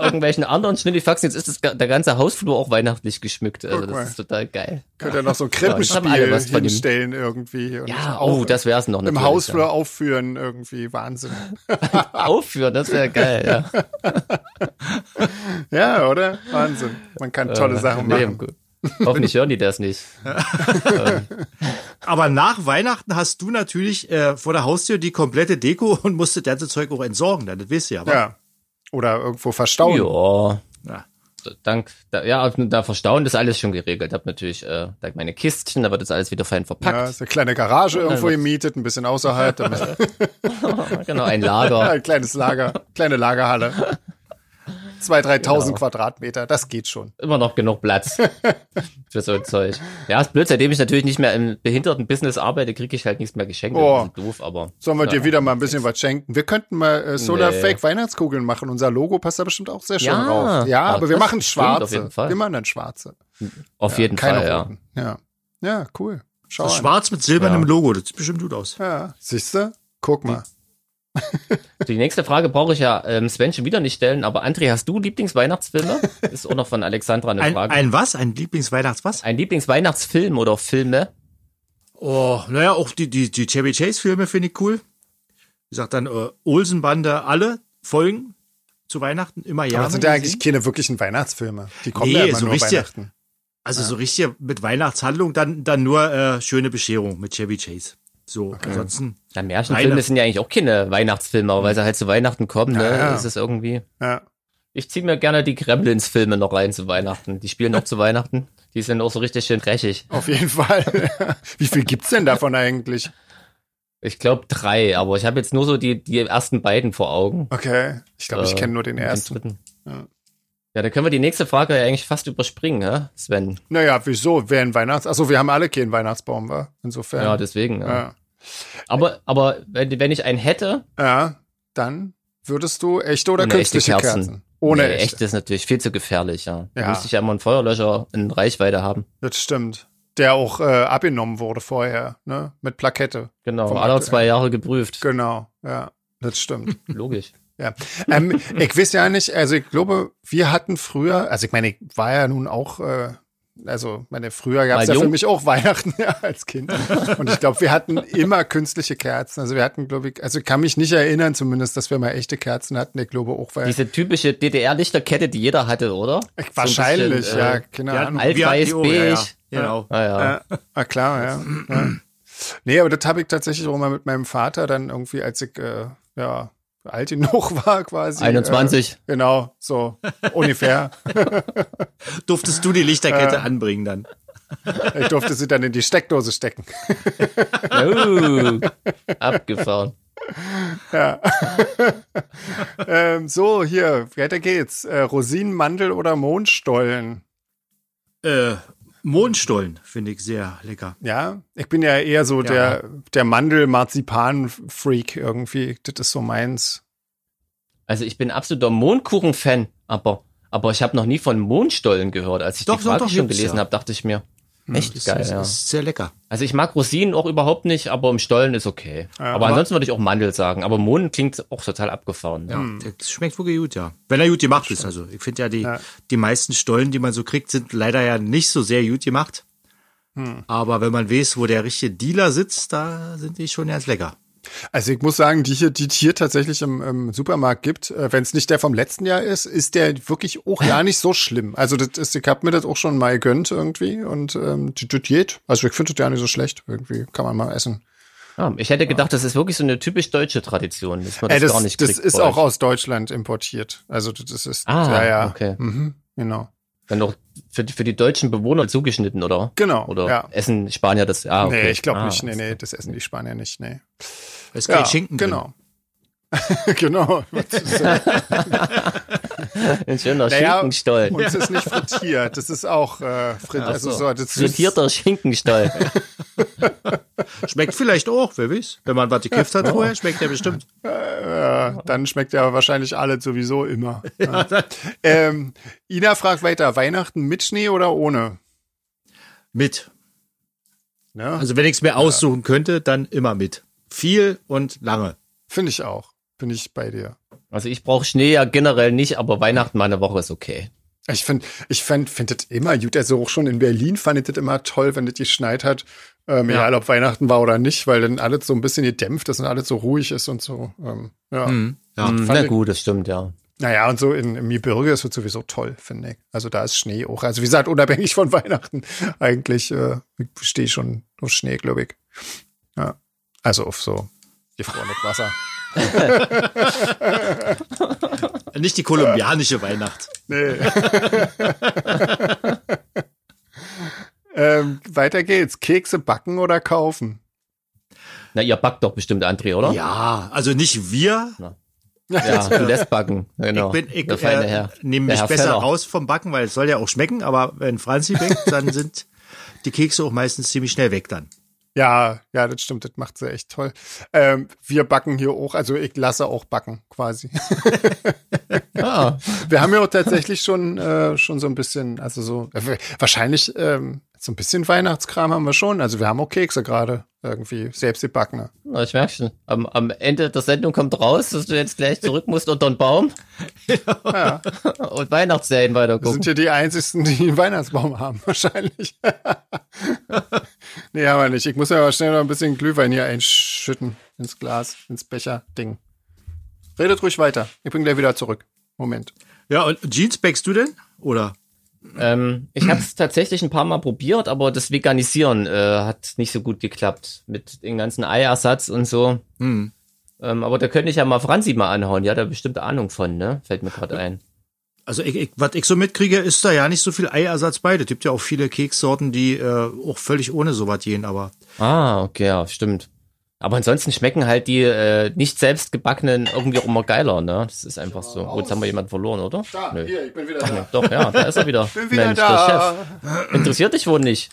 irgendwelchen anderen Schnillifaxen. Jetzt ist das, ga- der ganze Hausflur auch wehnachtlich geschmückt. Also
Guck mal.
das ist total geil.
Könnte ja noch so ein
<laughs> Ja, jetzt haben alle
Krippenspiel
was von dem-
hinstellen irgendwie. und
Ja,
auch
oh, das wär's noch
Im
natürlich,
Hausflur
ja.
aufführen irgendwie. Wahnsinn.
Aufführen, das wäre geil, ja.
<laughs> Ja, oder? Wahnsinn. Man
Äh,
kann tolle Sachen
Nee,
machen.
gut. Hoffentlich hören die das nicht.
Aber nach Weihnachten hast du natürlich äh, vor der Haustür die komplette Deko <laughs> und musst das ganze Zeug auch entsorgen. Das wisst ihr aber.
Ja. Oder irgendwo verstauen.
Ja.
Ja.
Dank, da, ja, da Verstauen ist alles schon geregelt. Hab natürlich äh, da meine Kistchen, da wird das alles wieder fein
Ja,
verpackt.
ist eine kleine Garage irgendwo gemietet, ein bisschen außerhalb, damit,
Genau, ein
<laughs>
Lager.
halt ein kleines Lager, kleine Lagerhalle. 2.000, 3.000
Genau.
Quadratmeter, das geht schon.
immer noch
<laughs>
genug Platz für so ein Zeug. Ja, ist blöd, seitdem ich natürlich nicht mehr im Behindertenbusiness arbeite, kriege ich halt nichts mehr geschenkt.
Oh.
Das ist doof, aber.
Sollen wir
Ja.
dir wieder mal ein bisschen was schenken? Wir könnten mal äh, Solar Fake Weihnachtskugeln machen. Unser Logo passt da bestimmt auch sehr schön
Ja.
drauf. Ja,
Ah,
aber wir
das
machen
stimmt,
schwarze.
auf jeden Fall.
Wir machen dann schwarze.
Auf jeden
Keine
Fall, ja.
roten. Ja. ja, cool. Schau
Das
an.
ist schwarz mit silbernem
Ja.
Logo, das sieht bestimmt gut aus.
Ja, siehst du? Guck mal.
Die nächste Frage brauche ich ja ähm, Sven schon wieder nicht stellen, aber André, hast
<laughs>
du Lieblingsweihnachtsfilme? Ist auch noch von Alexandra eine
Ein,
Frage.
ein was? Ein Lieblingsweihnachts was?
ein Lieblingsweihnachtsfilm oder Filme?
Oh, naja, auch die, die, die Chevy Chase Filme finde ich cool. Wie gesagt, dann äh, Olsenbande, alle Folgen zu Weihnachten immer ja.
Aber das sind ja eigentlich keine wirklichen Weihnachtsfilme. Die kommen
Nee,
ja immer
so
nur
richtig-
Weihnachten.
Ah.
Also so richtig mit Weihnachtshandlung, dann, dann nur äh, schöne Bescherung mit Chevy Chase. So, ansonsten.
Ja, Märchenfilme
Weihnachts-
sind ja eigentlich auch keine Weihnachtsfilme, aber weil sie halt zu Weihnachten kommen, ne,
Ja, ja.
ist es irgendwie.
Ja.
Ich ziehe mir gerne die Gremlins-Filme noch rein zu Weihnachten. Die spielen auch zu Weihnachten. Die sind auch so richtig schön dreckig.
Auf jeden Fall. <laughs> Wie viel gibt's denn davon eigentlich?
Ich glaube drei, aber ich habe jetzt nur so die, die ersten beiden vor Augen.
Okay. Ich glaube, ich
Äh,
kenne nur den
Den
ersten.
dritten.
Ja.
Ja, dann können wir die nächste Frage ja eigentlich fast überspringen, hä, Sven?
Naja, wieso? Wer ein Weihnachts... Achso, wir haben alle keinen Weihnachtsbaum, wa? Insofern.
Ja, deswegen. Ja.
ja.
Aber, aber wenn, wenn ich einen hätte,
ja, dann würdest du echte oder
Ohne echte
künstliche Kerzen.
Kerzen.
Ohne
nee, echt
echte.
ist natürlich viel zu gefährlich, ja. Da
Ja.
müsste ich ja immer einen Feuerlöscher in Reichweite haben.
Das stimmt. Der auch äh, abgenommen wurde vorher, ne? Mit Plakette.
Genau,
Vom
alle
aktuellen.
zwei Jahre geprüft.
Genau, ja. Das stimmt.
Logisch.
Ja. Ähm, ich weiß ja nicht, also ich glaube, wir hatten früher, also ich meine, ich war ja nun auch, äh, also meine, früher gab es
Mal
ja für
jung.
mich auch Weihnachten <laughs> ja, als Kind. Und ich glaube, wir hatten immer künstliche Kerzen. Also wir hatten, glaube ich, also ich kann mich nicht erinnern zumindest, dass wir mal echte Kerzen hatten. Ich glaube auch, weil
Diese typische DDR-Lichterkette, die jeder hatte, oder?
wahrscheinlich,
bisschen,
ja,
äh,
keine
wir hatten-
Ahnung.
Alt,
wir hatten die
weiß,
Ohren, ja, ja.
beige.
Genau.
Ah, ja.
Ja, ah, klar, ja. ja. Nee, aber das habe ich tatsächlich auch mal mit meinem Vater dann irgendwie, als ich, äh, ja, alt genug <laughs> war quasi.
21.
Äh, genau, so ungefähr.
Durftest du die
Äh.
Lichterkette anbringen dann?
Ich durfte sie dann in die Steckdose stecken.
Uh, abgefahren.
Ähm, so, hier, weiter geht's. Äh, Rosinen, Mandel oder Mondstollen?
Äh, Mondstollen finde ich sehr lecker.
Ja, ich bin ja eher so der, der Mandel-Marzipan-Freak irgendwie. Das ist so meins.
Also ich bin absoluter Mondkuchen-Fan, aber, aber ich habe noch nie von Mondstollen gehört. Als ich
Doch,
die
doch,
Frage
doch,
schon
gibt's
gelesen
ja.
habe, dachte ich mir,
Hm,
echt
Das
geil,
ist,
ja.
ist sehr lecker.
Also ich mag Rosinen auch überhaupt nicht, aber im Stollen ist okay. aber
aber-
ansonsten würde ich auch Mandel sagen. Aber Mohn klingt auch total abgefahren.
Ja,
Hm.
das schmeckt wirklich gut, ja. Wenn er gut gemacht ist. Also ich finde ja die, die meisten Stollen, die man so kriegt, sind leider ja nicht so sehr gut gemacht. Aber wenn man weiß, wo der richtige Dealer sitzt, da sind die schon ganz lecker.
Also ich muss sagen, die hier, die es hier tatsächlich im, im Supermarkt gibt, äh, wenn es nicht der vom letzten Jahr ist, ist der wirklich auch gar nicht so schlimm. Also das ist, ich habe mir das auch schon mal gegönnt irgendwie und ähm, die das geht. Also ich finde das ja nicht so schlecht. Irgendwie kann man mal essen.
Ja, ich hätte gedacht, das ist wirklich so eine typisch deutsche Tradition, dass man das,
Äh, das
gar nicht
das
kriegt.
ist
bei
auch
euch.
aus Deutschland importiert. Also das ist
Ah,
ja, ja.
okay.
Mhm, genau.
Dann doch für, die- für die deutschen Bewohner zugeschnitten, oder?
Genau,
Oder
ja.
essen Spanier das? Ah, okay.
Nee, ich glaube
ah,
nicht. Nee, nee, das essen die Spanier nicht. Nee.
Da ist kein Schinken
genau. <laughs> genau.
<laughs> Ein schöner
Naja,
Schinkenstollen.
Und es ist nicht frittiert. Das ist auch äh, frit
Ach
also
so.
so, das ist-
Frittierter Schinkenstollen.
drin. Schmeckt vielleicht auch, wer weiß. Wenn man was gekifft hat vorher, schmeckt der bestimmt.
Äh, dann schmeckt ja wahrscheinlich alles sowieso immer. Ja. ähm, Ina fragt weiter: Weihnachten mit Schnee oder ohne?
Mit.
Ne?
Also wenn ich es mir aussuchen könnte, dann immer mit. Viel und lange.
Finde ich auch. Bin ich bei dir.
Also ich brauche Schnee ja generell nicht, aber Weihnachten mal eine Woche ist okay.
Ich finde ich find, find das immer gut. Also auch schon in Berlin fand ich das immer toll, wenn das geschneit hat. Ähm,
Ja.
Egal, ob Weihnachten war oder nicht, weil dann alles so ein bisschen gedämpft ist und alles so ruhig ist und so. Ähm, ja.
Ja.
Hm,
fand
na
ich-
gut, das stimmt, ja.
Naja, und so in, im Gebirge ist es sowieso toll, finde ich. Also da ist Schnee auch. Also wie gesagt, unabhängig von <laughs> Weihnachten eigentlich äh, stehe ich schon auf Schnee, glaube ich. Ja. Also auf so gefrorenes Wasser.
Nicht die kolumbianische Weihnacht.
Nee. <laughs> ähm, weiter geht's. Kekse backen oder kaufen?
Na, ihr backt doch bestimmt, André, oder?
Ja, also nicht wir,
Ja. Ja, du lässt backen. Genau.
Ich bin, ich
Der feine
äh,
Herr.
nehme
Der
mich
Herr
besser
Feller.
raus vom Backen, weil es soll ja auch schmecken, aber wenn Franzi
<laughs>
backt, dann sind die Kekse auch meistens ziemlich schnell weg dann.
Ja, ja, das stimmt, das macht sie echt toll. Ähm, wir backen hier auch, also ich lasse auch backen quasi.
Ah,
Wir haben ja auch tatsächlich schon, äh, schon so ein bisschen, also so, äh, wahrscheinlich ähm, so ein bisschen Weihnachtskram haben wir schon. Also wir haben auch Kekse gerade irgendwie, selbstgebackene.
na, ich merke schon. Am, am Ende der Sendung kommt raus, dass du jetzt gleich zurück musst unter
<laughs>
den Baum
Ja,
<laughs> und Weihnachtsserien weiter
wir
gucken.
sind hier die Einzigen, die einen Weihnachtsbaum haben, <laughs> wahrscheinlich. nee, haben wir nicht. Ich muss ja aber schnell noch ein bisschen Glühwein hier einschütten ins Glas, ins Becher-Ding. Redet ruhig weiter. Ich bin gleich wieder zurück. Moment.
Ja, und Jeans backst du denn? Oder?
Ähm, ich habe es <clears throat> tatsächlich ein paar Mal probiert, aber das Veganisieren äh, hat nicht so gut geklappt mit dem ganzen Eiersatz und so.
Hm.
Ähm, aber da könnte ich ja mal Franzi mal anhauen. Die hat da bestimmt Ahnung von, ne? Fällt mir gerade ein.
Also ich, ich, was ich so mitkriege, ist da ja nicht so viel Eiersatz bei. Es gibt ja auch viele Keksorten, die äh, auch völlig ohne sowas gehen, aber
Ah, okay, ja, stimmt. Aber ansonsten schmecken halt die äh, nicht selbst gebackenen irgendwie auch immer geiler, ne? Das ist einfach so. Oh, jetzt haben wir jemanden verloren, oder? Nö.
ich bin wieder
Nee, Doch, ja, da ist
<laughs>
er wieder.
Bin wieder
Mensch,
da.
der Chef. Interessiert dich wohl nicht.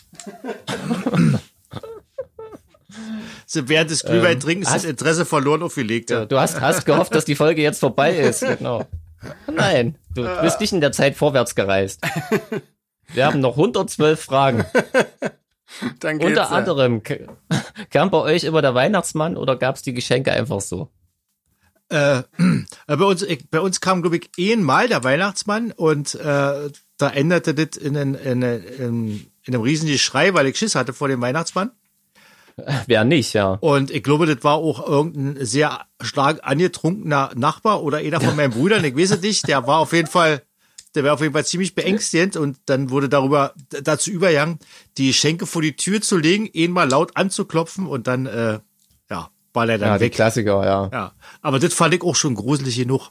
sie während des Glühweintrinken ist
Ähm, hast-
das Interesse verloren aufgelegt. Ja.
Du hast, hast gehofft, dass die Folge jetzt vorbei ist. Genau. Nein, du bist nicht in der Zeit vorwärts gereist. Wir haben noch 112 <laughs> Fragen.
Dann geht's. äh,
Unter
ja.
anderem, k- kam bei euch immer der Weihnachtsmann oder gab es die Geschenke einfach so?
Äh, <clears throat> äh, bei, uns, ich, bei uns kam, glaube ich, eh mal der Weihnachtsmann und äh, da änderte das in, in, in, in, in einem riesen Geschrei, weil ich Schiss hatte vor dem Weihnachtsmann.
Wer nicht, ja.
Und ich glaube, das war auch irgendein sehr stark angetrunkener Nachbar oder einer von meinen Brüdern, ich weiß es nicht, der war auf jeden Fall, der war auf jeden Fall ziemlich beängstigend und dann wurde darüber d- dazu übergegangen, die Schenke vor die Tür zu legen, ihn mal laut anzuklopfen und dann, äh, ja, war er dann
Ja, die
weg.
Klassiker, ja.
Ja, aber das fand ich auch schon gruselig genug.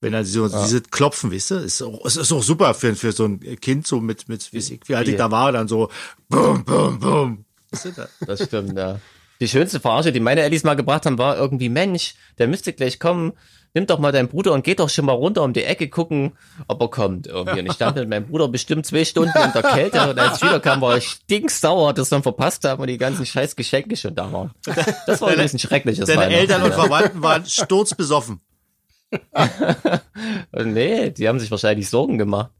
Wenn er so diese Klopfen, weißt du, ist auch, es ist auch super für, für so ein Kind, so mit, mit, weiß ich, wie alt ich
Ja.
da war, dann so, bum, bum, bum. Weißt du, da-
Das stimmt, ja. Die schönste Verarsche, die meine Ellis mal gebracht haben, war irgendwie, Mensch, der müsste gleich kommen. Nimm doch mal deinen Bruder und geh doch schon mal runter um die Ecke gucken, ob er kommt irgendwie. Und ich stand mit meinem Bruder bestimmt zwei Stunden in der Kälte und als ich wiederkam, war ich stinksauer, dass wir ihn verpasst haben und die ganzen scheiß Geschenke schon da waren. Das war ein bisschen schreckliches
Deine
Weihnachten,
Eltern und
ja.
Verwandten waren sturzbesoffen.
Äh, Nee, die haben sich wahrscheinlich Sorgen gemacht.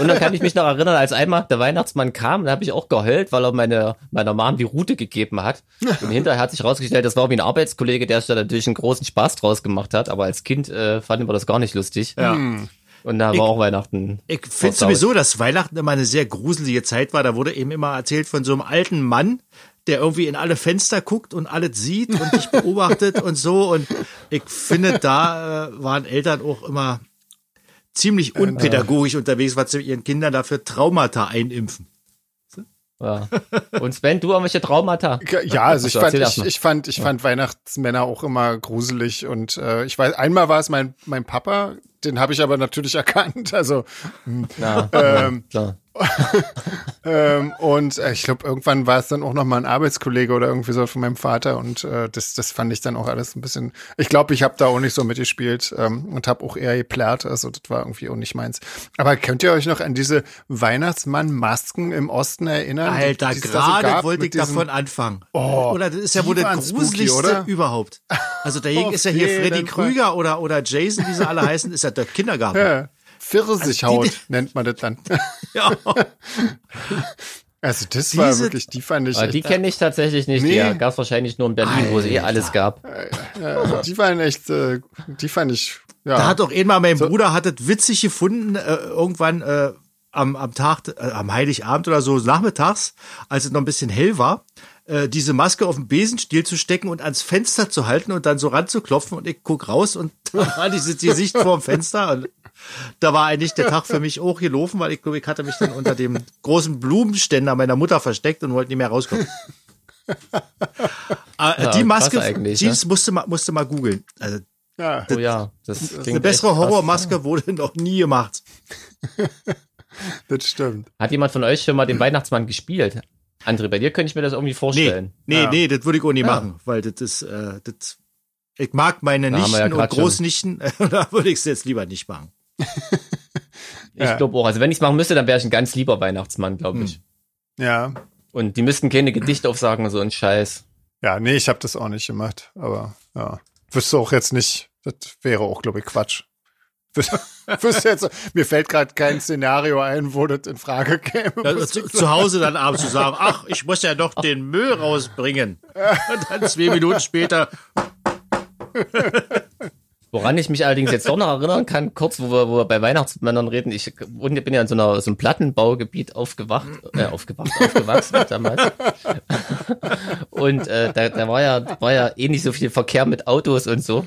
Und dann kann ich mich noch erinnern, als einmal der Weihnachtsmann kam, da habe ich auch geheult, weil er meine, meiner Mom die Route gegeben hat. Und hinterher hat sich rausgestellt, das war wie ein Arbeitskollege, der sich da natürlich einen großen Spaß draus gemacht hat. Aber als Kind äh, fanden wir das gar nicht lustig.
Ja.
Und da war auch Weihnachten.
Ich finde
versaut.
sowieso, dass Weihnachten immer eine sehr gruselige Zeit war. Da wurde eben immer erzählt von so einem alten Mann, der irgendwie in alle Fenster guckt und alles sieht und <laughs> dich beobachtet und so. Und ich finde, da äh, waren Eltern auch immer ziemlich unpädagogisch unterwegs, was sie ihren Kindern dafür Traumata einimpfen.
Ja. Und Sven, du irgendwelche Traumata?
Ge- Ja, also ich
Achso,
fand,
erzähl erst
ich,
mal.
ich fand, ich fand Weihnachtsmänner auch immer gruselig und äh, ich weiß, einmal war es mein mein Papa, den habe ich aber natürlich <laughs> erkannt, also
Na,
Ähm,
ja,
ähm, und äh, ich glaube irgendwann war es dann auch noch mal ein Arbeitskollege oder irgendwie so von meinem Vater und äh, das das fand ich dann auch alles ein bisschen. Ich glaube, ich habe da auch nicht so mitgespielt ähm, und habe auch eher geplärrt, also das war irgendwie auch nicht meins. Aber könnt ihr euch noch an diese Weihnachtsmann-Masken im Osten erinnern? die-
Alter,
die es da so
gerade
gab
wollte
mit
ich
diesem-
davon anfangen.
Oh,
oder das ist ja
die
wohl
waren
das
spooky,
gruseligste
oder?
überhaupt. Also dagegen
<laughs> Auf
ist ja hier Freddy
jeden Fall.
Krüger oder, oder Jason, wie sie alle <laughs> heißen, ist ja der Kindergarten.
Ja, Pfirsichhaut
Also
nennt man das
<laughs>
dann.
Ja.
Also das war
Diese-
wirklich, die fand ich,
Aber Ah, die
echt,
kenne ich tatsächlich nicht. Die
Nee.
gab es wahrscheinlich nur in Berlin, wo es eh alles gab.
äh, die waren echt, äh, die fand ich,
Da
ja.
hat doch irgendwann mein Bruder hat das witzig gefunden, äh, irgendwann äh, am, am Tag, äh, am Heiligabend oder so, nachmittags, als es noch ein bisschen hell war, äh, diese Maske auf den Besenstiel zu stecken und ans Fenster zu halten und dann so ranzuklopfen und ich guck raus und <laughs> da war dieses Gesicht vorm Fenster und da war eigentlich der Tag für mich auch gelaufen, weil ich glaube, ich hatte mich dann unter dem großen Blumenständer meiner Mutter versteckt und wollte nicht mehr rauskommen.
<laughs>
Aber, äh,
Ja,
die
krass
Maske,
eigentlich,
die musste, mal, musste mal googeln. Also,
ja.
Oh ja, das klingt
eine bessere
echt krass.
Horrormaske wurde noch nie gemacht.
Das stimmt.
Hat jemand von euch schon mal den Weihnachtsmann gespielt? André, bei dir könnte ich mir das irgendwie
Nee,
vorstellen.
nee,
Ja.
nee, das würde ich auch nie machen, weil das ist, äh, das Ich mag meine
Da haben wir ja
Nichten und
grad schon-
Großnichten, <laughs> da würde ich es jetzt lieber nicht machen.
Ja.
Ich glaube auch. Also wenn ich es machen müsste, dann wäre ich ein ganz lieber Weihnachtsmann, glaube ich.
Ja.
Und die müssten keine Gedichte aufsagen und so ein Scheiß.
Ja, nee, ich habe das auch nicht gemacht, aber ja. Wüsste auch jetzt nicht, das wäre auch, glaube ich, Quatsch. <laughs> Wüs- Wüsste jetzt, mir fällt gerade kein Szenario ein, wo das in Frage käme.
Also zu, zu Hause dann abends zu <laughs> sagen, ach, ich muss ja doch den Müll <laughs> rausbringen. Und dann zwei Minuten später,
Woran ich mich allerdings jetzt doch noch erinnern kann, kurz, wo wir, wo wir bei Weihnachtsmännern reden, ich wohn- bin ja in so, einer, so einem Plattenbaugebiet aufgewacht, äh, aufgewacht, aufgewachsen <laughs> damals. Und äh, da, da war, ja, war ja eh nicht so viel Verkehr mit Autos und so.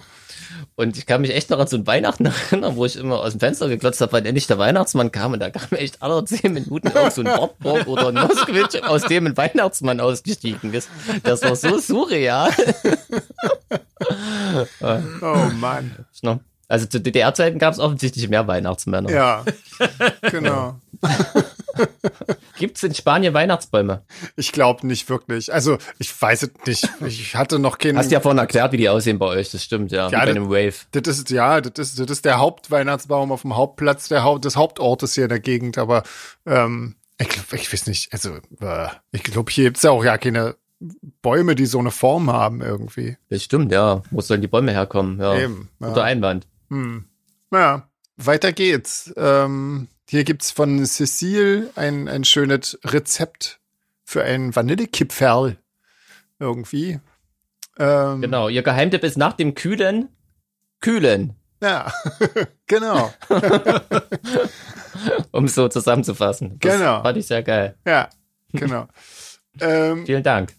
Und ich kann mich echt noch an so ein Weihnachten <laughs> erinnern, wo ich immer aus dem Fenster geklotzt habe, weil endlich der Weihnachtsmann kam und da kam echt alle zehn Minuten irgend so ein Wartburg oder ein Moskowitsch, aus dem ein Weihnachtsmann ausgestiegen ist. Das war so surreal.
<laughs>
<laughs>
Oh Mann.
Ne? Also zu DDR-Zeiten gab es offensichtlich mehr Weihnachtsmänner.
Ja, genau.
Gibt es in Spanien Weihnachtsbäume?
Ich glaube nicht wirklich. Also, ich weiß es nicht. Ich hatte noch keinen.
Hast ja vorhin erklärt, wie die aussehen bei euch. Das stimmt, ja.
Ja,
wie bei
das-
einem Wave.
Das ist, ja, das ist, das ist der Hauptweihnachtsbaum auf dem Hauptplatz der Haupt, des Hauptortes hier in der Gegend, aber ähm, ich glaube, ich weiß nicht, also äh, ich glaube, hier gibt's ja auch ja keine Bäume, die so eine Form haben irgendwie.
Das stimmt, ja. Wo sollen die Bäume herkommen? Ja.
Eben, ja.
Guter Einwand.
Hm. Ja, weiter geht's. Ähm, hier gibt's von Cecile ein, ein schönes Rezept für einen Vanillekipferl irgendwie. Ähm,
Genau. Ihr Geheimtipp ist nach dem Kühlen, kühlen,
Ja, <laughs> genau.
um es so zusammenzufassen. Das
Genau.
Fand ich sehr geil.
Ja, genau. ähm,
Vielen Dank.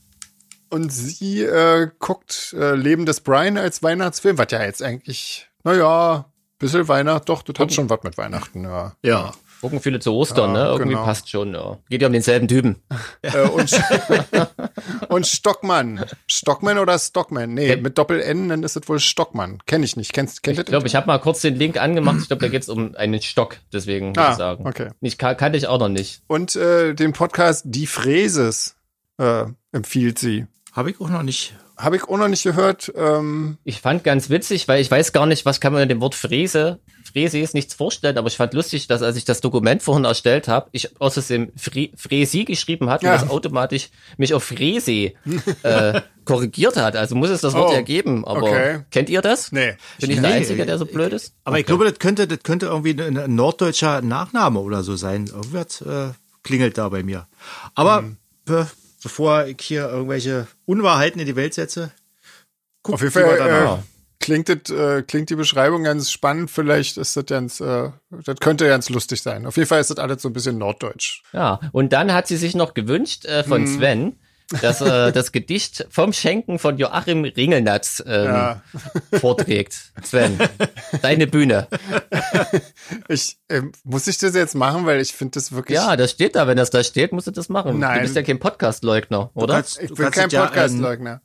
Und sie äh, guckt äh, Leben des Brian als Weihnachtsfilm, was ja jetzt eigentlich, naja, bisschen Weihnacht, doch, das hat schon was mit Weihnachten, ja.
ja,
Gucken viele zu Ostern,
Ja,
ne? Irgendwie
genau.
passt schon, ja. Geht ja um denselben Typen.
Äh, und, <laughs> und Stockmann. Stockmann oder Stockman? Nee, mit Doppel-N, dann ist es wohl Stockmann. Kenn ich nicht. Kennst, kennt
Ich glaube, ich habe mal kurz den Link angemacht. Ich glaube, da geht es um einen Stock, deswegen würde
Ah,
ich sagen.
okay.
Ich kan kannte ich auch noch nicht.
Und äh, den Podcast Die Fräses äh, empfiehlt sie.
habe ich auch noch nicht.
Habe ich auch noch nicht gehört. Ähm,
Ich fand ganz witzig, weil ich weiß gar nicht, was kann man mit dem Wort Fräse, Fräse ist nichts vorstellen, aber ich fand lustig, dass als ich das Dokument vorhin erstellt habe, ich aus dem Fräsi geschrieben hatte,
Ja.
und das automatisch mich auf Fräse äh,
<laughs>
korrigiert hat. Also muss es das Wort
Oh,
ja geben, aber
okay.
kennt ihr das?
nee.
Bin ich der
Nee.
Einzige, der so blöd ist?
Aber ich glaube, das könnte, das könnte irgendwie ein, ein norddeutscher Nachname oder so sein. Irgendwas äh, klingelt da bei mir. Aber
Mhm.
be bevor ich hier irgendwelche Unwahrheiten in die Welt setze, guck
Auf jeden
lieber
Fall
danach.
äh, klingt, das, äh, klingt die Beschreibung ganz spannend. Vielleicht ist das ganz, äh, das könnte ganz lustig sein. Auf jeden Fall ist das alles so ein bisschen norddeutsch.
Ja, und dann hat sie sich noch gewünscht äh,
Mhm.
von Sven,
<laughs>
dass äh, das Gedicht vom Schenken von Joachim Ringelnatz ähm,
Ja.
vorträgt. Sven, deine Bühne.
Ich ähm, muss ich das jetzt machen, weil ich finde das wirklich.
Ja, das steht da. Wenn das da steht, musst du das machen.
Nein.
Du bist ja kein Podcast-Leugner, oder?
kannst-
ich
du
bin kein
es ja, ähm,
Podcast-Leugner.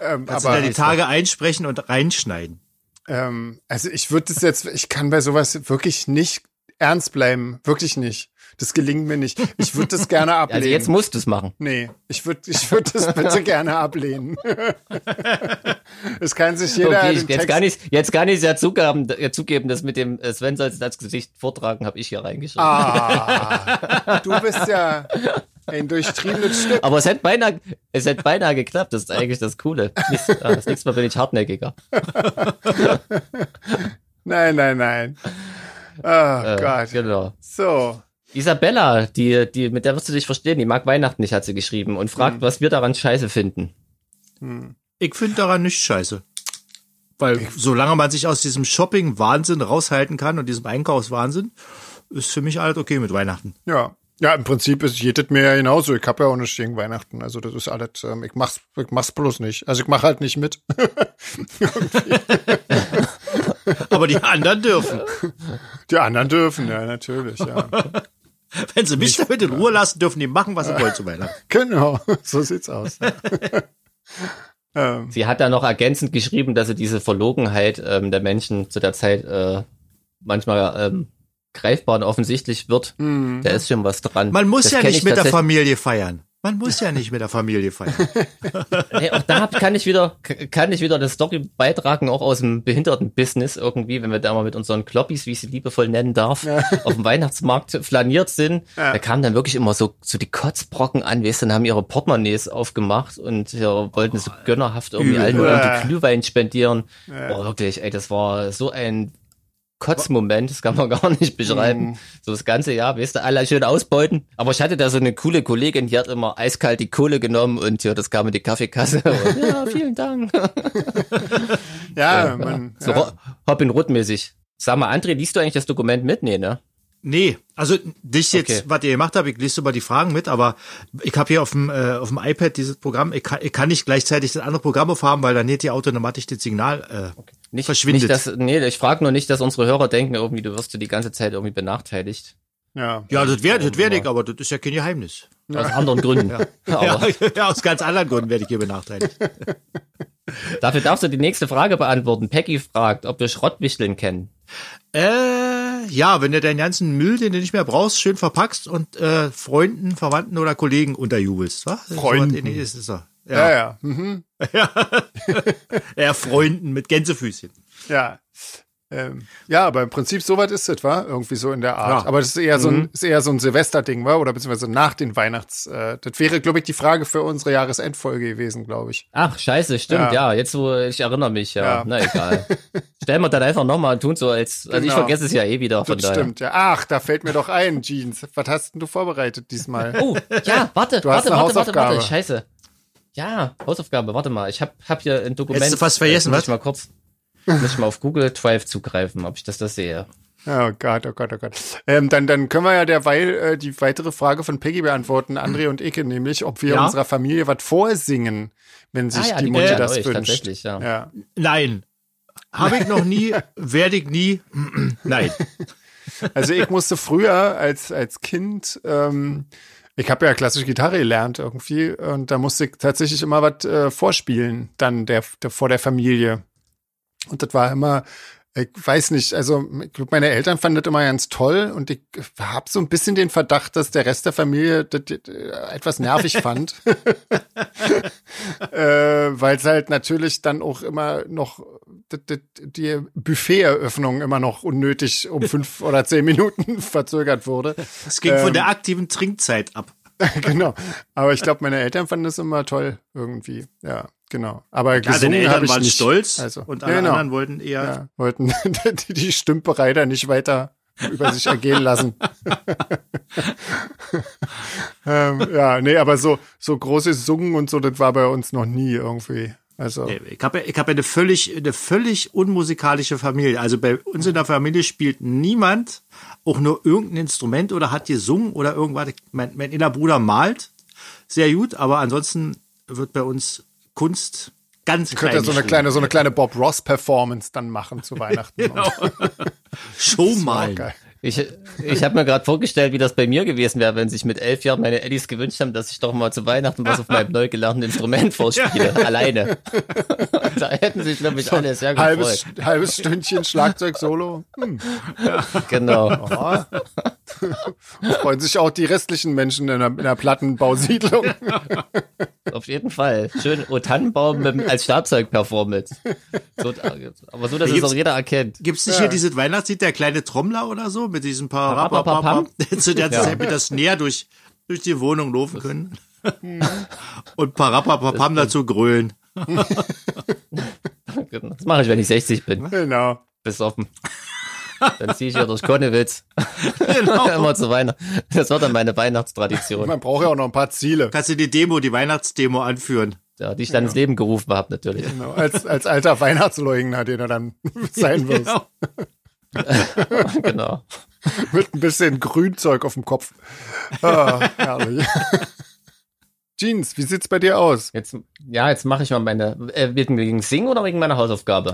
Ähm,
kannst du ja
aber
die Tage einsprechen und reinschneiden.
ähm, also ich würde das jetzt, ich kann bei sowas wirklich nicht ernst bleiben, wirklich nicht. Das gelingt mir nicht. Ich würde das
<laughs>
gerne ablehnen.
also jetzt musst du es machen.
nee, ich würde, ich würde das bitte gerne
<laughs>
ablehnen. es kann sich jeder
okay,
den
ich, jetzt,
Text-
gar nicht, jetzt gar nicht sehr zugeben, äh, zugeben, dass mit dem äh, Sven soll es als Gesicht vortragen, habe ich hier reingeschrieben.
Ah, du bist ja ein durchtriebenes Stück.
Aber es hätte beinahe, es hätte beinahe geklappt. Das ist eigentlich das Coole. Nichts, ah, das nächste Mal bin ich hartnäckiger.
Nein, nein, nein. Oh
Äh,
Gott.
Genau.
So.
Isabella, die, die, mit der wirst du dich verstehen, die mag Weihnachten nicht, hat sie geschrieben und fragt,
Mhm.
was wir daran scheiße finden.
Ich finde daran nichts scheiße. Weil solange man sich aus diesem Shopping-Wahnsinn raushalten kann und diesem Einkaufswahnsinn, ist für mich alles okay mit Weihnachten.
Ja. Ja, im Prinzip ist jedes mir ja genauso. Ich habe ja auch nichts gegen Weihnachten. Also das ist alles, ähm, ich mach's, ich mach's bloß nicht. Also ich mach halt nicht mit. <laughs>
Aber die anderen dürfen.
Die anderen dürfen, ja, natürlich, ja.
Wenn sie mich damit in Ruhe lassen, dürfen die machen, was sie wollen zu Weihnachten.
genau, <laughs> so sieht's
<laughs>
aus. Ja. ähm,
Sie hat da noch ergänzend geschrieben, dass sie diese Verlogenheit ähm, der Menschen zu der Zeit äh, manchmal ähm, greifbar und offensichtlich wird. Da ist schon was dran.
Mhm. Man muss
Das
ja
kenn
nicht
ich
mit der
tatsächlich-
Familie feiern. Man muss ja nicht mit der Familie
<laughs>
feiern.
Nee, auch da hab- kann ich wieder, k- kann ich wieder eine Story beitragen, auch aus dem Behindertenbusiness irgendwie, wenn wir da mal mit unseren Kloppis, wie ich sie liebevoll nennen darf, <laughs> auf dem Weihnachtsmarkt flaniert sind. Da kamen dann wirklich immer so, so die Kotzbrocken an, weißt du, und haben ihre Portemonnaies aufgemacht und ja, wollten so gönnerhaft irgendwie allen nur irgendwie Glühwein spendieren. Oh, wirklich, ey, das war so ein Kotzmoment, das kann man <laughs> gar nicht
Mhm.
beschreiben. So das ganze Jahr, weißt du, alle schön ausbeuten. Aber ich hatte da so eine coole Kollegin, die hat immer eiskalt die Kohle genommen und ja, das kam in die
<laughs>
Kaffeekasse. Und, ja, vielen Dank.
Ja, man.
So
ja.
ja. Robin Hood-mäßig. Sag mal, André, liest du eigentlich das Dokument mit? Nee, ne?
Nee, also nicht jetzt,
Okay.
was ihr gemacht habt, ich lese über die Fragen mit, aber ich habe hier auf dem, äh, auf dem iPad dieses Programm, ich kann, ich kann nicht gleichzeitig das andere Programm aufhaben, weil dann hätte die automatisch das Signal. Äh,
Nicht,
Verschwindet.
Nicht, dass, nee, ich frage nur nicht, dass unsere Hörer denken, irgendwie, du wirst du die ganze Zeit irgendwie benachteiligt.
ja.
Ja, das wäre
Oh,
das wär ich, aber das ist ja kein Geheimnis.
Aus anderen
<laughs>
Gründen. Aber
Ja, <laughs> aus ganz anderen Gründen werde ich hier
<laughs>
benachteiligt.
dafür darfst du die nächste Frage beantworten. Peggy fragt, ob wir Schrottwichteln kennen.
Äh, ja, wenn du deinen ganzen Müll, den du nicht mehr brauchst, schön verpackst und äh, Freunden, Verwandten oder Kollegen unterjubelst, wa?
Freunden.
So ist, ist er.
Ja,
Ja,
ja. Mhm.
ja, Freunden mit Gänsefüßchen.
Ja. Ähm, ja, aber im Prinzip sowas ist es, war irgendwie so in der Art.
Ja.
Aber das ist eher so
Mhm.
ein, ist eher so ein Silvesterding, war oder beziehungsweise nach den Weihnachts. Äh, das wäre, glaube ich, die Frage für unsere Jahresendfolge gewesen, glaube ich.
Ach, scheiße, stimmt, ja. Jetzt, wo ich erinnere mich, ja.
Ja.
Na egal. Stellen wir dann einfach nochmal und tun so, als, also ich
Genau.
vergesse es ja eh wieder von
Das
daher.
stimmt. Ja, ach, da fällt mir doch ein, Jeans. Was hast denn du vorbereitet diesmal?
<laughs> Oh, ja,
hast eine
warte, warte, warte, warte, warte,
Hausaufgabe.
scheiße. Ja, Hausaufgabe, warte mal. Ich hab, hab hier ein Dokument.
Hättest du fast vergessen,
Äh, muss
was?
ich mal kurz, muss ich mal auf Google Drive zugreifen, ob ich das da sehe.
Oh Gott, oh Gott, oh Gott. Ähm, dann, dann können wir ja derweil äh, die weitere Frage von Peggy beantworten, André und Icke, nämlich, ob wir
Ja.
unserer Familie was vorsingen, wenn sich
Ah ja,
die,
die
Mutter
gibt's
das
an euch,
wünscht.
tatsächlich, ja.
ja.
Nein. Habe ich
<laughs>
noch nie, werde ich nie. <clears throat> Nein.
Also ich musste früher als, als Kind, ähm, ich habe ja klassische Gitarre gelernt irgendwie und da musste ich tatsächlich immer was äh, vorspielen, dann der, der vor der Familie. Und das war immer, ich weiß nicht, also ich glaub, meine Eltern fanden das immer ganz toll und ich habe so ein bisschen den Verdacht, dass der Rest der Familie das, äh, etwas nervig fand. äh, weil es halt natürlich dann auch immer noch d- d- die Buffet-Eröffnung immer noch unnötig
<laughs>
um fünf oder zehn Minuten verzögert wurde.
Es ging
Ähm,
von der aktiven Trinkzeit ab.
genau. Aber ich glaube, meine Eltern fanden das immer toll irgendwie. Ja, genau. Aber
Ja, deine
gesungen habe
Eltern
ich
waren
nicht.
stolz
Also,
und
ja,
alle
genau.
anderen wollten eher.
ja, wollten <laughs> die, die Stümpereiter nicht weiter über sich ergehen
<laughs>
lassen. <laughs> ähm, ja, nee, aber so, so großes Sungen und so, das war bei uns noch nie irgendwie. Also,
Nee, Ich habe ich hab eine, völlig, eine völlig unmusikalische Familie. Also bei uns in der Familie spielt niemand auch nur irgendein Instrument oder hat gesungen oder irgendwas. Mein, mein innerer Bruder malt sehr gut, aber ansonsten wird bei uns Kunst ganz klein.
könnte ja so eine
geschrieben.
kleine, so eine kleine Bob Ross Performance dann machen zu
<laughs>
Weihnachten.
oh
Oh,
Genau. Show malen.
geil.
Ich, ich habe mir gerade vorgestellt, wie das bei mir gewesen wäre, wenn sich mit elf Jahren meine Eddies gewünscht haben, dass ich doch mal zu Weihnachten was auf meinem neu gelernten Instrument vorspiele, alleine. <laughs> da hätten sich, glaube ich, alle sehr
Halbes,
gefreut.
halbes Stündchen
<laughs>
Schlagzeug-Solo. Hm.
Genau.
Ja. Freuen sich auch die restlichen Menschen in der, in der
<laughs>
Plattenbausiedlung.
Auf jeden Fall. Schön O Tannenbaum mit, als Schlagzeug-Performance. So, aber so, dass es auch jeder erkennt.
Gibt es nicht hier dieses Weihnachtslied, der kleine Trommler oder so, mit diesem paar
Parapapapam?
Rapapapam, zu <laughs> der
Ja.
Zeit mit das Snare durch, durch die Wohnung laufen
<laughs>
können
Mhm.
und Parapapapam dazu
<laughs>
grölen.
Das mache ich, wenn ich 60 bin.
Genau.
Besoffen. Dann ziehe ich ja durch Konnewitz. <laughs>
Genau.
Immer zu Weihnachten. Das war dann meine
<laughs>
Weihnachtstradition,
Man braucht ja auch noch ein paar Ziele.
Kannst du die Demo, die Weihnachtsdemo anführen?
ja, die ich dann ins Leben gerufen habe, natürlich.
Genau. Als, als alter Weihnachtsleugner, den er
<laughs>
dann sein wirst.
Genau.
Genau.
Mit ein bisschen Grünzeug auf dem Kopf. Ah,
<laughs>
herrlich. Jeans, wie sieht's bei dir aus?
Jetzt, ja, jetzt mache ich mal meine. Äh, wegen, wegen Singen oder wegen meiner Hausaufgabe?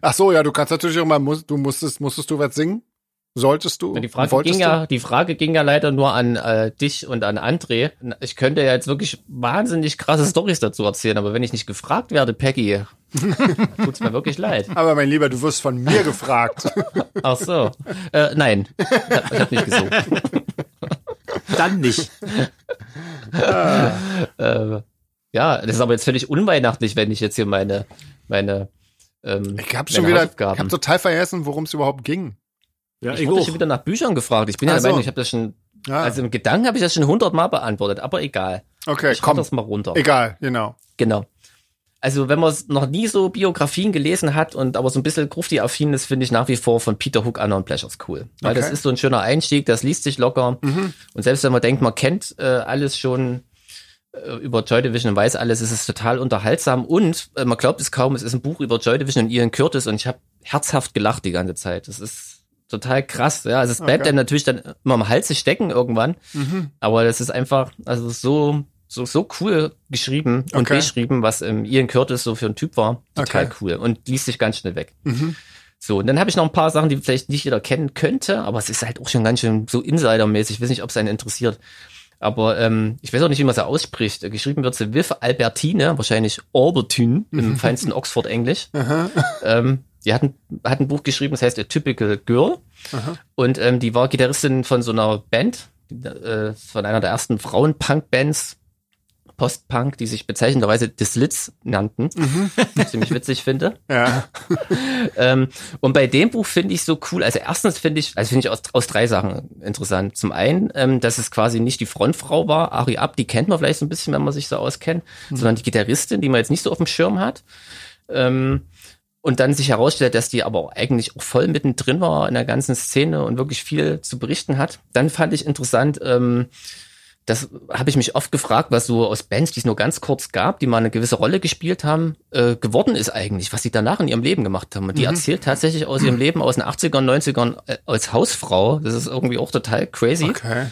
Ach so, ja, du kannst natürlich auch mal, muss- du musstest, musstest du was singen? Solltest du?
Die Frage,
Wolltest
ging
du?
ja, die Frage ging ja leider nur an äh, dich und an André. Ich könnte ja jetzt wirklich wahnsinnig krasse Stories dazu erzählen, aber wenn ich nicht gefragt werde, Peggy,
<laughs>
tut's mir wirklich leid.
Aber mein Lieber, du wirst von mir gefragt.
Ach so. Äh, nein, ich habe nicht gesungen.
Dann nicht.
äh, ja, das ist aber jetzt völlig unweihnachtlich, wenn ich jetzt hier meine, meine, ähm,
<laughs> Ich habe
meine
schon wieder, ich
Hausaufgaben-
habe total vergessen, worum es überhaupt ging.
Ja,
ich wurde schon wieder nach Büchern gefragt. Ich bin ja
Ach
der Meinung,
so.
ich habe das schon,
Ja,
also im Gedanken habe ich das schon hundertmal beantwortet, aber egal.
okay,
Ich komm
komm,
das mal runter.
egal, genau.
Genau. Also, wenn man s- noch nie so Biografien gelesen hat und aber so ein bisschen grufti-affin ist, finde ich nach wie vor von Peter Hook Anna und Pleasures cool. Weil
Okay. Mhm.
das ist so ein schöner Einstieg, das liest sich locker. Und selbst wenn man denkt, man kennt äh, alles schon äh, über Joy Division und weiß alles, ist es total unterhaltsam und äh, man glaubt es kaum, es ist ein Buch über Joy Division und Ian Curtis und ich habe herzhaft gelacht die ganze Zeit. Das ist total krass, ja. Also es bleibt
Okay.
einem natürlich dann immer am Halse stecken irgendwann, aber das ist einfach, also so, so, so cool geschrieben und
Okay.
beschrieben, was ähm, Ian Curtis so für ein Typ war. Total
Okay.
cool und liest sich ganz schnell weg.
Mhm.
So, und dann habe ich noch ein paar Sachen, die vielleicht nicht jeder kennen könnte, aber es ist halt auch schon ganz schön so insidermäßig. Ich weiß nicht, ob es einen interessiert. Aber ähm, ich weiß auch nicht, wie man sie ausspricht. Geschrieben wird sie Viv Albertine, wahrscheinlich Albertine
<laughs>
im feinsten Oxford-Englisch. ähm, die hat ein, hat ein Buch geschrieben, das heißt A Typical Girl. Und ähm, die war Gitarristin von so einer Band, äh, von einer der ersten Frauen-Punk-Bands, Post-Punk, die sich bezeichnenderweise The Slits nannten, was ich ziemlich witzig finde.
Ja,
Ähm, und bei dem Buch finde ich so cool, also erstens finde ich, also finde ich aus, aus drei Sachen interessant. Zum einen, ähm, dass es quasi nicht die Frontfrau war, Ari Ab, die kennt man vielleicht so ein bisschen, wenn man sich so auskennt, sondern die Gitarristin, die man jetzt nicht so auf dem Schirm hat. Ähm, und dann sich herausstellt, dass die aber auch eigentlich auch voll mittendrin war in der ganzen Szene und wirklich viel zu berichten hat. Dann fand ich interessant, ähm, das habe ich mich oft gefragt, was so aus Bands, die es nur ganz kurz gab, die mal eine gewisse Rolle gespielt haben, äh, geworden ist eigentlich, was sie danach in ihrem Leben gemacht haben. Und die erzählt tatsächlich aus ihrem Leben aus den 80ern, 90ern äh, als Hausfrau. Das ist irgendwie auch total crazy.
okay.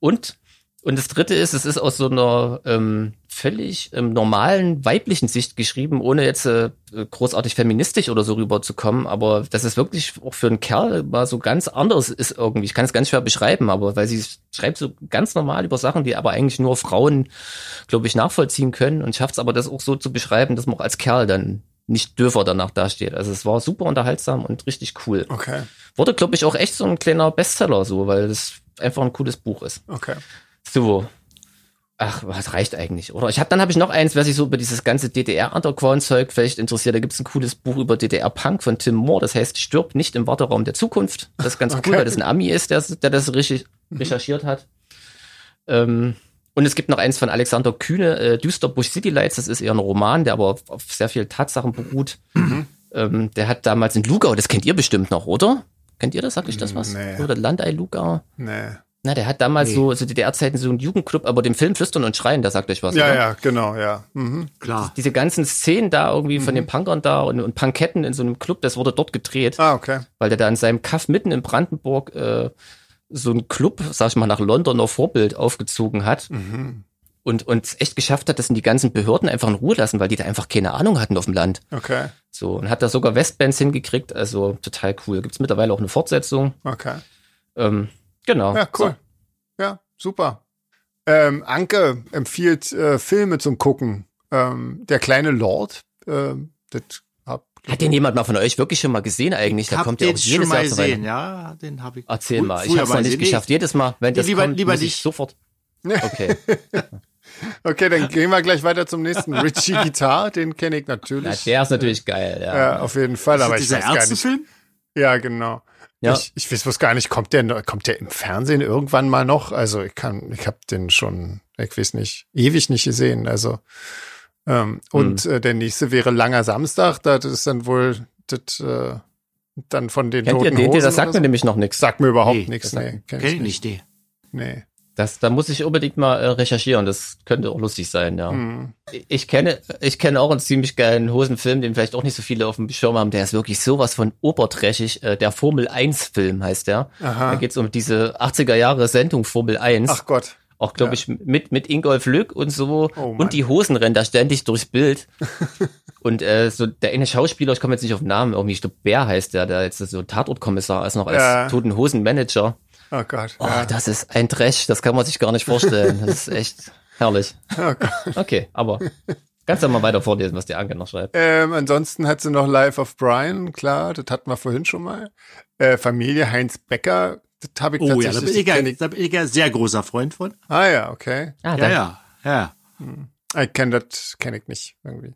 Und, und das dritte ist, es ist aus so einer ähm, völlig ähm, normalen weiblichen Sicht geschrieben, ohne jetzt äh, großartig feministisch oder so rüberzukommen. Aber das ist wirklich auch für einen Kerl mal so ganz anderes ist irgendwie. Ich kann es ganz schwer beschreiben, aber weil sie schreibt so ganz normal über Sachen, die aber eigentlich nur Frauen, glaube ich, nachvollziehen können und schafft es aber das auch so zu beschreiben, dass man auch als Kerl dann nicht dürfer danach dasteht. Also es war super unterhaltsam und richtig cool.
Okay,
Wurde, glaube ich, auch echt so ein kleiner Bestseller so, weil es einfach ein cooles Buch ist.
okay.
So. Ach, was reicht eigentlich, oder? Ich hab, dann habe ich noch eins, wer sich so über dieses ganze DDR-Underground-Zeug vielleicht interessiert. Da gibt's ein cooles Buch über DDR-Punk von Tim Moore. Das heißt, stirb nicht im Warteraum der Zukunft. Das ist
<laughs>
ganz
Okay. Mhm.
cool, weil das ein Ami ist, der, der das richtig recherchiert hat. Ähm, und es gibt noch eins von Alexander Kühne, äh, Düsterbusch City Lights. Das ist eher ein Roman, der aber auf, auf sehr vielen Tatsachen beruht.
Mhm.
Ähm, der hat damals in Lugau, das kennt ihr bestimmt noch, oder? Kennt ihr das? Sag ich das was?
Mm, Nee.
Oder Landei Lugau?
Nee.
Na, der hat damals
Nee.
so, so DDR-Zeiten so einen Jugendclub, aber dem Film Flüstern und Schreien, da sagt euch was.
Ja,
oder?
ja, genau, ja. Mhm.
klar.
Diese ganzen Szenen da irgendwie von den Punkern da und, und Panketten in so einem Club, das wurde dort gedreht,
Ah, okay.
weil der da in seinem Kaff mitten in Brandenburg äh, so einen Club, sag ich mal, nach Londoner Vorbild aufgezogen hat
Mhm.
und uns echt geschafft hat, dass ihn die ganzen Behörden einfach in Ruhe lassen, weil die da einfach keine Ahnung hatten auf dem Land.
Okay,
So, und hat da sogar Westbands hingekriegt, also total cool. Gibt's mittlerweile auch eine Fortsetzung.
okay.
Ähm, genau.
Ja, cool. Ja, super. Ähm, Anke empfiehlt äh, Filme zum Gucken. Ähm, der kleine Lord, ähm, das hab,
So. Hat den jemand mal von euch wirklich schon mal gesehen eigentlich? Da
hab
kommt ja
den
auch
schon
jedes Jahr
mal
zu Weihnachten.
gesehen, ja, den habe ich.
Erzähl
frü-
mal, ich
früher
hab's noch
mal
nicht
gesehen.
geschafft. Jedes Mal, wenn das
lieber-
kommt,
lieber
muss ich
nicht. <laughs>
sofort. Okay,
Okay, dann gehen wir gleich weiter zum <laughs> nächsten. Richie Guitar, den kenne ich
Na,
natürlich.
der ist natürlich geil. Ja.
ja, auf jeden Fall,
Ist
aber
das
ich
dieser
weiß gar nicht.
Ärztefilm?
Ja, genau.
Ja.
Ich, ich weiß bloß gar nicht, kommt der, noch- kommt der im Fernsehen irgendwann mal noch? Also ich kann, ich habe den schon, ich weiß nicht, ewig nicht gesehen. Also
Mhm.
ähm, und äh, der nächste wäre langer Samstag. Das ist dann wohl das äh, dann von den
Kennt ihr
Toten
den? Der
Hosen
das sagt
oder
mir
so?
nämlich noch nichts.
Sagt mir überhaupt
Nee,
nichts.
das
Nee, kenn
Kenn ich nicht, nee.
Nee.
Das, da muss ich unbedingt mal äh, recherchieren. Das könnte auch lustig sein. Ja.
Mhm.
Hm.
Ich kenne, ich kenne auch einen ziemlich geilen Hosenfilm, den vielleicht auch nicht so viele auf dem Schirm haben. Der ist wirklich sowas von oberträchtig. Äh, der Formel 1 Film heißt der. Da
Aha.
geht's um diese 80er Jahre Sendung Formel 1.
Ach Gott.
Auch, glaube ich, mit, mit Ingolf Lück und so.
Oh Mann.
und die Hosen rennen da ständig durchs Bild. und äh, so der eine Schauspieler, ich komme jetzt nicht auf den Namen, irgendwie, ich glaube, Bär heißt der, der jetzt so Tatortkommissar ist, noch als
Ja.
Toten Hosen Manager.
Oh Gott.
Oh,
ja.
das ist ein Trash, das kann man sich gar nicht vorstellen. Das ist echt herrlich. Okay, aber kannst du mal weiter vorlesen, was der Anke noch schreibt.
Ähm, ansonsten hat sie noch Life of Brian, klar, das hatten wir vorhin schon mal. Äh, Familie Heinz Becker Das habe ich
Oh ja,
tatsächlich.
da bin, ich ja,
kenn ich.
da bin ich ja sehr großer Freund von.
Ah ja, okay.
Ah,
Ja,
dann-
ja, ja.
Ich kenne das, kenne ich nicht irgendwie.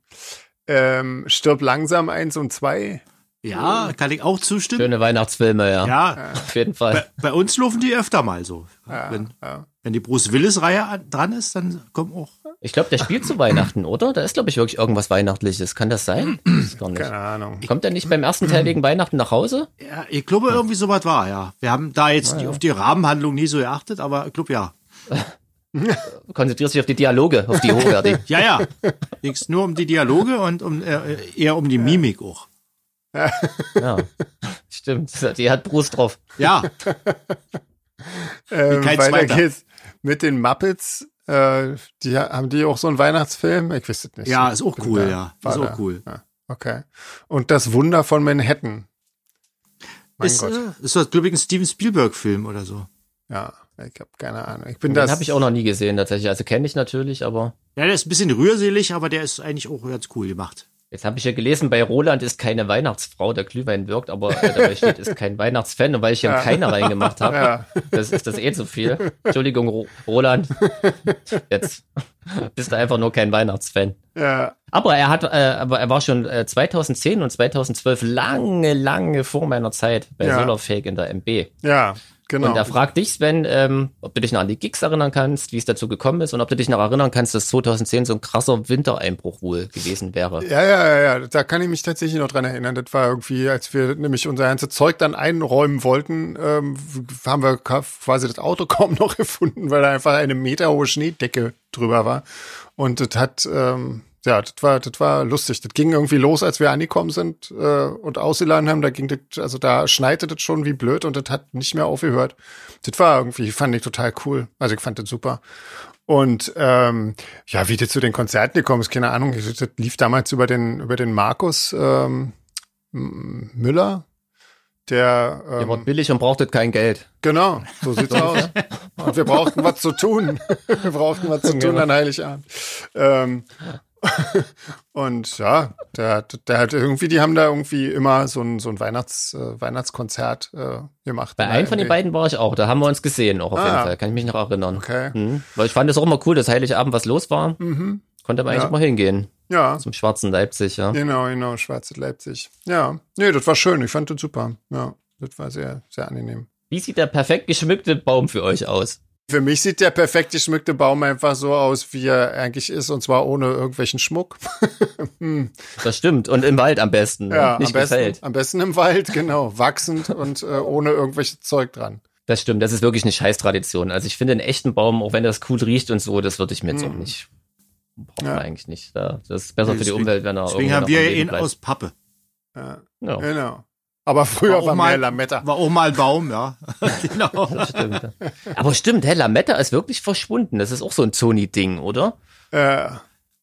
Ähm, stirb langsam eins und zwei.
Ja, kann ich auch zustimmen.
Schöne Weihnachtsfilme, ja.
Ja,
Auf jeden Fall.
bei, bei uns laufen die öfter mal so. wenn,
ja.
wenn die Bruce Willis-Reihe an- dran ist, dann kommen auch.
Ich glaube, der spielt zu Weihnachten, oder? Da ist, glaube ich, wirklich irgendwas Weihnachtliches. Kann das sein? Ist gar nicht.
Keine Ahnung.
Kommt er nicht beim ersten Teil wegen Weihnachten nach Hause?
Ja, ich glaube, irgendwie sowas war, ja. Wir haben da jetzt auf die Rahmenhandlung nie so geachtet, aber ich glaube, ja.
Konzentrierst dich auf die Dialoge, auf die hochwertig.
<laughs> Ja, ja.
<laughs>
Ging's nur um die Dialoge und um, äh, eher um die Mimik auch.
Ja. Stimmt. Die hat Brust drauf.
<laughs>
Ja,
Ähm,
kein
weiter
Zweiter.
geht's mit den Muppets. Äh, die ha- haben die auch so einen Weihnachtsfilm? Ich wüsste nicht.
ja, ist auch
Bin
cool,
da-
ja.
war
Ist
da.
auch cool.
Ja, okay. Und das Wunder von Manhattan. Mein
Ist,
Gott.
äh, ist das, glaube ich, ein Steven Spielberg-Film oder so.
Ja, ich habe keine Ahnung. Ich bin
Den
das.
habe ich auch noch nie gesehen, tatsächlich. Also kenne ich natürlich, aber
Ja, der ist ein bisschen rührselig, aber der ist eigentlich auch ganz cool gemacht.
jetzt habe ich ja gelesen, bei Roland ist keine Weihnachtsfrau, der Glühwein wirkt, aber äh, dabei steht, ist kein Weihnachtsfan. Und weil ich hier keine reingemacht habe,
Ja.
das ist das eh zu viel. Entschuldigung, Ro Roland. Jetzt bist du einfach nur kein Weihnachtsfan.
Ja,
Aber er hat, äh, aber er war schon äh, 2010 und 2012 lange, lange vor meiner Zeit bei
Ja.
Solarfake in der MB.
ja, genau.
Und da fragt dich, Sven, ähm, ob du dich noch an die Gigs erinnern kannst, wie es dazu gekommen ist und ob du dich noch erinnern kannst, dass 2010 so ein krasser Wintereinbruch wohl gewesen wäre.
Ja, ja, ja, ja, da kann ich mich tatsächlich noch dran erinnern. Das war irgendwie, als wir nämlich unser ganzes Zeug dann einräumen wollten, ähm, f- haben wir ka- quasi das Auto <laughs> kaum noch gefunden, weil da einfach eine meterhohe Schneedecke drüber war. Und das hat, ähm, ja, das war, das war lustig. Das ging irgendwie los, als wir angekommen sind äh, und ausgeladen haben. Da ging das, also da schneite das schon wie blöd und das hat nicht mehr aufgehört. Das war irgendwie, fand ich total cool. Also ich fand das super. Und ähm, ja, wie du zu den Konzerten gekommen ist, keine Ahnung. Das das lief damals über den, über den Markus ähm, M- Müller, der
Ihr wart
ähm,
billig und brauchtet kein Geld.
genau, so
<laughs>
sieht's aus. Und wir brauchten was zu tun. <laughs> Wir brauchten was zu tun an Heiligabend. Ähm, <laughs> und ja, der, hat- der hat irgendwie, die haben da irgendwie immer so ein, so ein Weihnachts, äh, Weihnachtskonzert äh, gemacht.
Bei einem von den
irgendwie.
beiden war ich auch, da haben wir uns gesehen auch auf
Ah.
jeden Fall, kann ich mich noch erinnern.
Okay.
Hm? Weil ich fand es auch immer cool, dass Heiligabend was los war.
Mhm.
Konnte man eigentlich
Ja.
auch mal hingehen.
Ja.
Zum schwarzen Leipzig, ja.
Genau, genau, Schwarze Leipzig. Ja, nee, das war schön. Ich fand das super. Ja, das war sehr, sehr angenehm.
Wie sieht der perfekt geschmückte Baum für euch aus?
Für mich sieht der perfekt geschmückte Baum einfach so aus, wie er eigentlich ist, und zwar ohne irgendwelchen Schmuck.
Das stimmt. Und im Wald am besten. ne?
Ja,
Nicht
am, besten,
gefällt.
am besten im Wald, genau. Wachsend und äh, ohne irgendwelches Zeug dran.
Das stimmt, das ist wirklich eine Scheißtradition. Also ich finde einen echten Baum, auch wenn das cool riecht und so, das würde ich mir jetzt auch nicht. Braucht
Ja.
man eigentlich nicht. Ja, das ist besser für die
Deswegen-
Umwelt, wenn er
Deswegen
irgendwo
haben
noch
wir
am Leben
ihn
bleibt.
aus Pappe.
Ja,
Ja,
genau. Aber früher war,
auch mal-
mehr Lametta.
War auch mal ein Baum, ja. genau.
stimmt. ja. Aber stimmt, hey, Lametta ist wirklich verschwunden. Das ist auch so ein Sony-Ding, oder?
Äh, äh,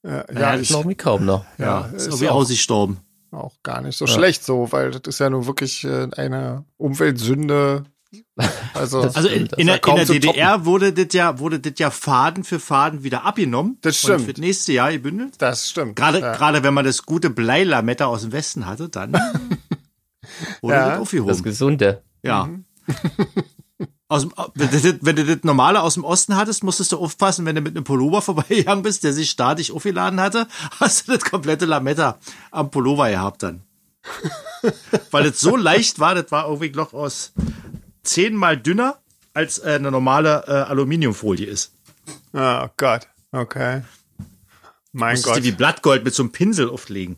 ja,
Ja,
ich,
Ich glaube mir kaum noch.
Ja,
Ja,
ist
ist
irgendwie
auch-
ausgestorben.
auch gar nicht so schlecht so, weil das ist ja nun wirklich äh, eine Umweltsünde. Also,
Das-
Also in,
Stimmt,
in,
war
der, in
kaum
der
zu
DDR wurde das ja wurde das ja Faden für Faden wieder abgenommen.
Das
Und
stimmt.
für das nächste Jahr gebündelt.
das stimmt.
Gerade
ja.
gerade wenn man das gute Bleilametta aus dem Westen
<laughs>
hatte, dann wurde
Ja.
das aufgehoben.
Das Gesunde.
ja. <laughs> Aus dem, wenn, du das, wenn du das normale aus dem Osten hattest, musstest du aufpassen, wenn du mit einem Pullover <laughs> vorbeigegangen bist, der sich statisch aufgeladen hatte, <laughs> hast du das komplette Lametta am Pullover gehabt dann. Weil es so leicht war, das war irgendwie noch aus zehnmal dünner als äh, eine normale äh, Aluminiumfolie ist.
Oh Gott, okay. Mein
Musstest
Gott,
du wie Blattgold mit so einem Pinsel auflegen.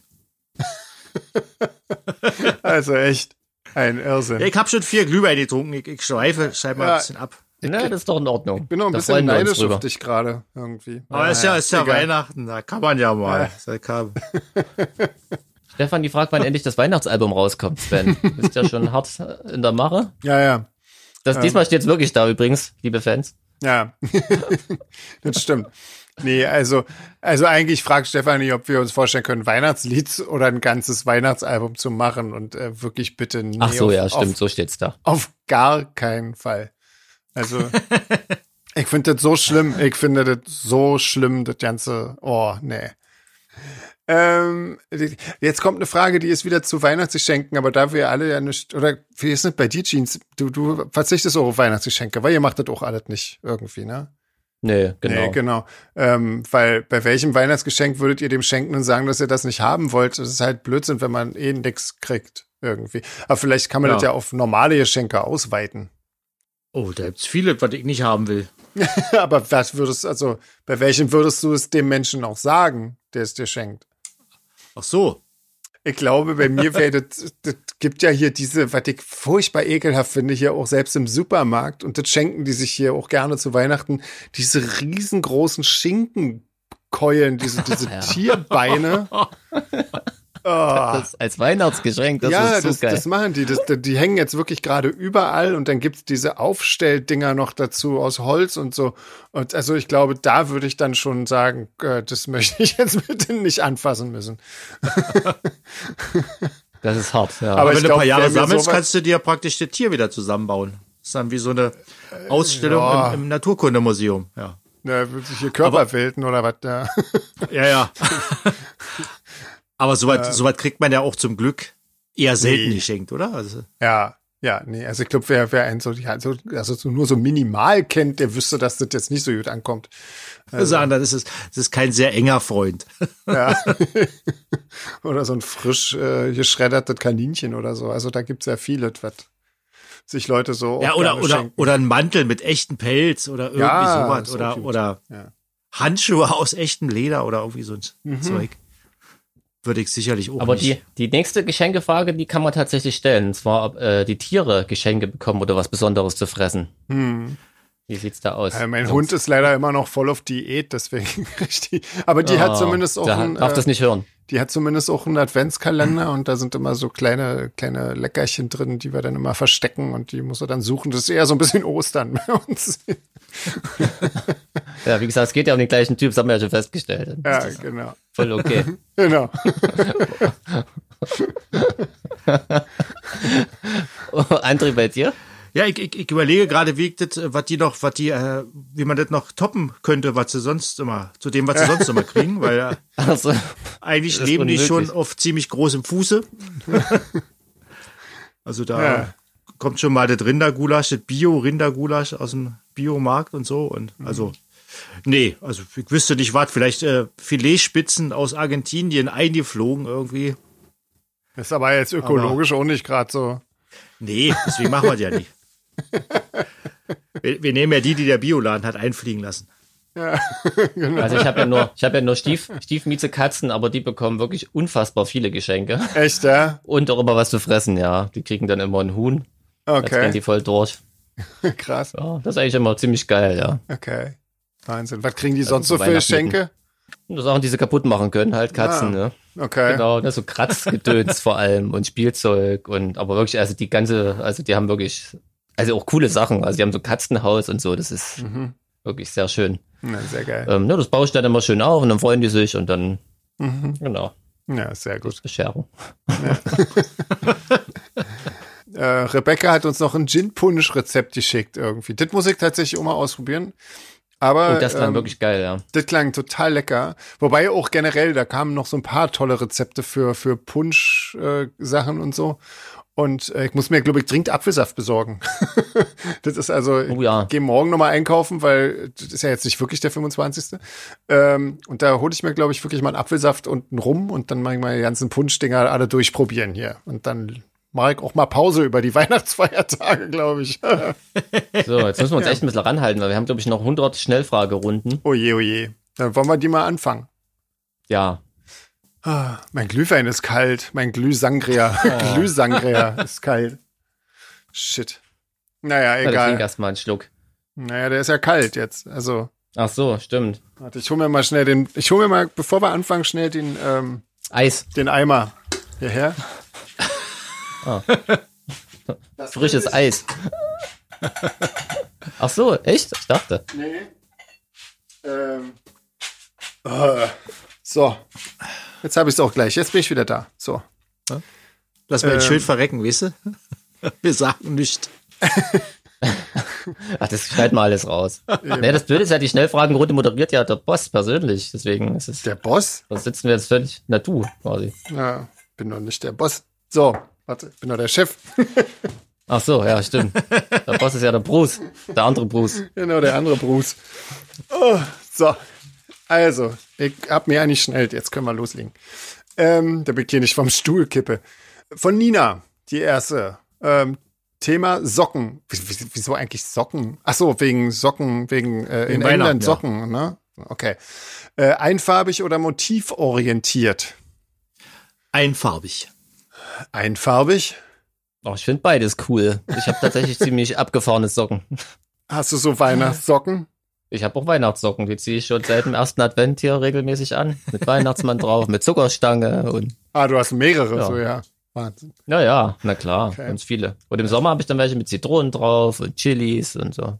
also echt ein Irrsinn.
Ja,
Ich
ich habe schon vier Glühwein getrunken, ich, ich schweife scheinbar
Ja.
ein bisschen ab.
Na, das ist doch in Ordnung.
bin noch ein
Da
bisschen
freuen wir uns
neidisch
drüber. Oh,
auf dich gerade irgendwie.
Aber ist ja, ist ja
egal.
Weihnachten, da kann man ja mal. Da kann-
Stefan, die
<laughs>
fragt, wann endlich das Weihnachtsalbum rauskommt, Sven. Ist ja schon hart in der Mache.
Ja, ja,
Das, Diesmal steht es wirklich da übrigens, liebe Fans.
ja. <laughs> das stimmt. Nee, also, also eigentlich fragt Stefanie, ob wir uns vorstellen können, Weihnachtslied oder ein ganzes Weihnachtsalbum zu machen und äh, wirklich bitte nee,
Ach so,
auf,
ja, stimmt,
Auf,
so steht's da.
auf gar keinen Fall. Also, ich finde das so schlimm. Ich finde das so schlimm, das ganze. Oh, nee. Ähm, jetzt kommt eine Frage, die ist wieder zu Weihnachtsgeschenken, aber da wir alle ja nicht, oder wie ist nicht bei dir, Jeans? Du, du verzichtest auch auf Weihnachtsgeschenke, weil ihr macht das auch alles nicht irgendwie, ne?
Nee, genau.
Nee, genau. Ähm, weil bei welchem Weihnachtsgeschenk würdet ihr dem schenken und sagen, dass ihr das nicht haben wollt? Das ist halt Blödsinn, wenn man eh nichts kriegt irgendwie. Aber vielleicht kann man
Ja.
das ja auf normale Geschenke ausweiten. <laughs>
Oh, da gibt's viele, was ich nicht haben will.
aber was würdest, also bei welchem würdest du es dem Menschen auch sagen, der es dir schenkt?
Ach so.
Ich glaube, bei mir wäre das, das gibt ja hier diese, was ich furchtbar ekelhaft finde, hier auch selbst im Supermarkt, und das schenken die sich hier auch gerne zu Weihnachten, diese riesengroßen Schinkenkeulen, diese, diese
<laughs> Ja. <laughs>
Tierbeine. Oh.
Das als Weihnachtsgeschenk, das
ja,
ist so
das,
geil.
das machen die. Das, die hängen jetzt wirklich gerade überall und dann gibt's diese Aufstelldinger noch dazu aus Holz und so. Und also ich glaube, da würde ich dann schon sagen, äh, das möchte ich jetzt <laughs> bitte nicht anfassen
<laughs>
müssen.
Das ist hart, ja.
Aber
Aber
ich
wenn du ein
glaub,
paar Jahre
wer mir
sammelst,
sowas-
kannst du dir praktisch das Tier wieder zusammenbauen. Das ist dann wie so eine Ausstellung
ja.
im, im Naturkundemuseum. Ja,
Na, Ne, hier Körperwelten oder was ne? da.
ja. ja. <laughs> Aber soweit so weit kriegt man ja auch zum Glück eher selten
Nee.
geschenkt, oder? Also,
<laughs> Ja, ja, nee, also ich glaube, wer, wer einen so, ja, so, also so nur so minimal kennt, der wüsste, dass das jetzt nicht so gut ankommt.
sagen, dann ist es das ist kein sehr enger Freund. <laughs>
Ja. <laughs> oder so ein frisch äh, geschreddertes Kaninchen oder so. Also da gibt's ja viele, was sich Leute so. auch
Ja, oder,
gerne
oder,
schenken.
oder ein Mantel mit echtem Pelz oder irgendwie
Ja,
sowas.
so
Oder,
cute.
oder
Ja. Mhm.
Handschuhe aus echtem Leder oder irgendwie so ein Zeug. Würde ich sicherlich auch
Aber
nicht.
die, die nächste Geschenkefrage, die kann man tatsächlich stellen. Und zwar, ob äh, die Tiere Geschenke bekommen oder was Besonderes zu fressen.
Hm.
Wie sieht's da aus?
Ja, Äh, mein Hund ist leider immer noch voll auf Diät, deswegen <laughs> richtig. Aber die
Oh,
hat zumindest auch
Ah, Da
einen,
darf das
äh,
nicht hören.
die hat zumindest auch einen Adventskalender und da sind immer so kleine, kleine Leckerchen drin, die wir dann immer verstecken und die muss er dann suchen. Das ist eher so ein bisschen Ostern bei <laughs> uns.
Ja, wie gesagt, es geht ja um den gleichen Typ, das haben wir ja schon festgestellt.
Ja, genau. <laughs>
Voll okay.
Genau.
Oh, André, bei dir?
Ja, ich, ich, ich überlege gerade, wie ich das, äh, was die noch, was die, äh, wie man das noch toppen könnte, was sie sonst immer, zu dem, was sie sonst immer kriegen, weil äh,
Also,
<laughs> eigentlich
Das ist
leben die schon
unmöglich.
auf ziemlich großem Fuße. <laughs> also da
Ja.
kommt schon mal das Rindergulasch, das Bio-Rindergulasch aus dem Biomarkt und so und also. Nee, also ich wüsste nicht was, vielleicht äh, Filetspitzen aus Argentinien eingeflogen irgendwie.
Ist aber jetzt ökologisch auch nicht gerade so.
Nee, deswegen machen wir das ja <laughs> nicht. Wir, wir nehmen ja die, die der Bioladen hat einfliegen lassen.
also ich habe ja nur, ich habe ja nur Stief, Stiefmieze Katzen, aber die bekommen wirklich unfassbar viele Geschenke.
Echt, ja?
Und auch immer was zu fressen, ja. Die kriegen dann immer ein Huhn. Jetzt gehen die
Okay.
voll durch.
<laughs> Krass.
Ja, das ist eigentlich immer ziemlich geil, ja.
Okay. Wahnsinn. Was kriegen die sonst
zu
so für
Weihnachten.
Geschenke?
Und Sachen, die sie kaputt machen können, halt Katzen,
Ah.
ne?
Okay.
Genau, ne, so
<laughs>
Kratzgedöns vor allem und Spielzeug und aber wirklich, also die ganze, also die haben wirklich, also auch coole Sachen. Also die haben so Katzenhaus und so, das ist
Mhm.
wirklich sehr schön.
Na, sehr geil.
Ähm, ne, das baust du dann immer schön auf und dann freuen die sich und dann,
Mhm.
genau,
Ja, sehr gut.
Bescherung.
Äh, Rebecca hat uns noch ein Gin-Punsch-Rezept geschickt irgendwie. Das muss ich tatsächlich auch mal ausprobieren. Aber
Und das klang
ähm,
wirklich geil, ja.
<laughs> das klang total lecker. Wobei auch generell, da kamen noch so ein paar tolle Rezepte für, für Punsch-Sachen und so. Und äh, ich muss mir, glaube ich, dringend Apfelsaft besorgen. <laughs> das ist also, ich
Oh ja.
gehe morgen nochmal einkaufen, weil das ist ja jetzt nicht wirklich der 25. Ähm, und da hole ich mir, glaube ich, wirklich mal einen Apfelsaft und einen Rum und dann mache ich meine ganzen Punschdinger alle durchprobieren hier. Und dann mache ich auch mal Pause über die <laughs> Weihnachtsfeiertage, glaube ich.
So, jetzt müssen wir uns echt ein bisschen ranhalten, weil wir haben, glaube ich, noch 100 Schnellfragerunden.
oje, oje. oh Dann wollen wir die mal anfangen.
Ja,
Ah, Mein Glühwein ist kalt. Mein Glühsangria.
<laughs>
Glühsangria ist kalt. Shit. Naja,
ja, deswegen
egal.
erstmal einen Schluck.
Naja, der ist ja kalt jetzt. Also,
Ach so, stimmt.
warte, ich hol mir mal schnell den. Ich hol mir mal, bevor wir anfangen, schnell den, ähm,
Eis,
den Eimer
<laughs>
hierher.
Ah. frisches
<laughs>
Eis. Ach so, echt? Ich dachte.
Nee. Ähm. Ah, So. Jetzt habe ich es auch gleich. Jetzt bin ich wieder da. So.
Lass mal ein
Ähm.
<laughs> Schild verrecken, weißt du? Wir sagen nichts.
Ach, das schneiden wir alles raus. Naja, das Blöde ist ja, die Schnellfragenrunde moderiert ja der Boss persönlich. Deswegen ist es,
Der Boss?
sonst sitzen wir jetzt völlig, na du, quasi.
Ja, bin doch nicht der Boss. So, warte, ich bin doch der Chef.
Ach so, ja, stimmt. Der Boss ist ja der Bruce, der andere Bruce.
Genau, der andere Bruce. Oh, so, also, ich hab mir eigentlich schnell, jetzt können wir loslegen. Ähm, damit ich hier nicht vom Stuhl kippe. Von Nina, die erste. Ähm, Thema Socken. W- w- Wieso eigentlich Socken? Ach so, wegen Socken, wegen äh, in
Weihnachten,
England
ja.
Socken, ne? Okay. Äh, einfarbig oder motivorientiert?
Einfarbig.
Einfarbig.
Oh, ich finde beides cool. Ich habe tatsächlich ziemlich abgefahrene Socken.
Hast du so Weihnachtssocken?
Ich habe auch Weihnachtssocken, die ziehe ich schon seit dem ersten Advent hier regelmäßig an. Mit Weihnachtsmann drauf, mit Zuckerstange und
Ah, du hast mehrere,
Ja.
so ja. Wahnsinn.
Ja, ja, na klar,
Okay.
ganz viele. Und im Sommer habe ich dann welche mit Zitronen drauf und Chilis und so.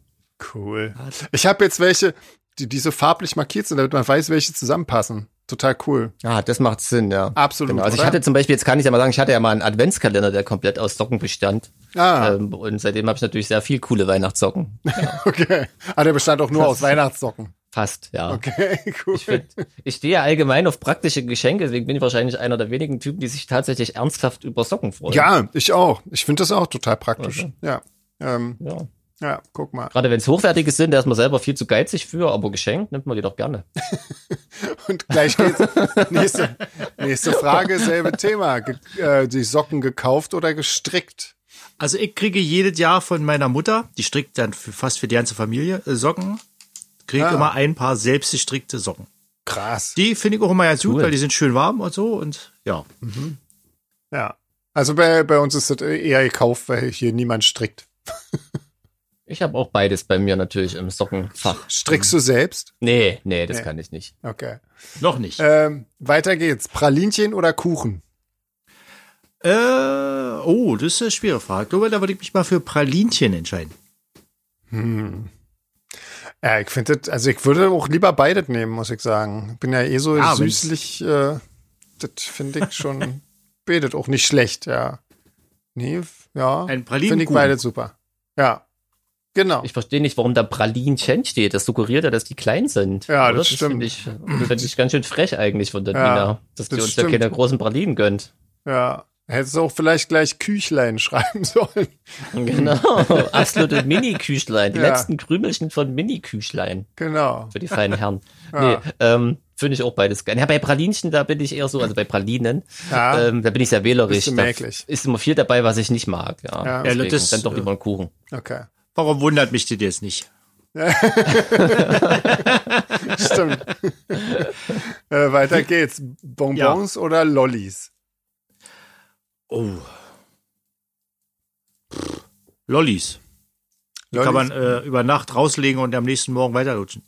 Cool. Ich habe jetzt welche, die, die so farblich markiert sind, damit man weiß, welche zusammenpassen. Total cool.
Ah, das macht Sinn, ja.
Absolut.
Genau, also ich
oder?
hatte zum Beispiel, jetzt kann ich ja mal sagen, ich hatte ja mal einen Adventskalender, der komplett aus Socken bestand.
ah,
Ähm, und seitdem habe ich natürlich sehr viel coole Weihnachtssocken.
okay. Ah, der bestand auch nur aus Weihnachtssocken.
Fast, ja.
Okay, cool.
Ich, find, ich stehe ja allgemein auf praktische Geschenke, deswegen bin ich wahrscheinlich einer der wenigen Typen, die sich tatsächlich ernsthaft über Socken freuen.
ja, ich auch. Ich finde das auch total praktisch. Ja. Ähm,
ja.
ja, guck mal.
Gerade wenn es hochwertige sind, da ist man selber viel zu geizig für, aber geschenkt nimmt man die doch gerne.
Und gleich geht's. <laughs> nächste, nächste Frage, selbe Thema. Ge äh, die Socken gekauft oder gestrickt?
Also ich kriege jedes Jahr von meiner Mutter, die strickt dann für, fast für die ganze Familie äh, Socken, kriege
Ah.
immer ein paar selbstgestrickte Socken.
Krass.
Die finde ich auch immer ganz
Cool.
gut, weil die sind schön warm und so und ja.
Ja. Also bei, bei uns ist das eher gekauft, weil hier niemand strickt.
Ich habe auch beides bei mir natürlich im Sockenfach.
Strickst du selbst?
Nee, nee, das
Nee.
kann ich nicht.
Okay.
Noch nicht. Äh,
Ähm, weiter geht's. Pralinchen oder Kuchen?
Äh, oh, das ist eine schwere Frage. Ich glaube, da würde ich mich mal für Pralinchen entscheiden.
Ja, ich finde, das- also ich würde auch lieber beides nehmen, muss ich sagen. Ich bin ja eh so
Ja, wenn's-
süßlich. Äh, das finde ich schon, betet auch nicht schlecht, ja. Nee, f- ja.
Ein
Finde ich
Pralinenkuchen.
beides super. Ja. Genau.
Ich verstehe nicht, warum da Pralinchen steht. Das suggeriert ja, dass die klein sind.
Ja,
oder?
das stimmt.
Finde ich, find ich ganz schön frech eigentlich von der
Ja,
Nina, dass die
das
uns ja
stimmt.
keine großen Pralinen gönnt.
Ja. Hättest du auch vielleicht gleich Küchlein <laughs> schreiben sollen.
Genau, absolute Mini-Küchlein. Die
Ja.
letzten Krümelchen von Mini-Küchlein
Genau.
für die feinen Herren.
Ja.
Nee, ähm, finde ich auch beides geil. Ja, bei Pralinchen, da bin ich eher so, also bei Pralinen,
Ja.
ähm, da bin ich sehr wählerisch.
Bist du
Da
merklich.
ist immer viel dabei, was ich nicht mag. Ja,
Ja.
Deswegen,
Ja, das-
dann doch lieber einen Kuchen.
Okay.
Warum wundert mich das jetzt nicht?
Stimmt. äh, weiter geht's. Bonbons oder Lollis?
Oh. Pff, Lollis. Die kann man äh, über Nacht rauslegen und am nächsten Morgen weiterlutschen.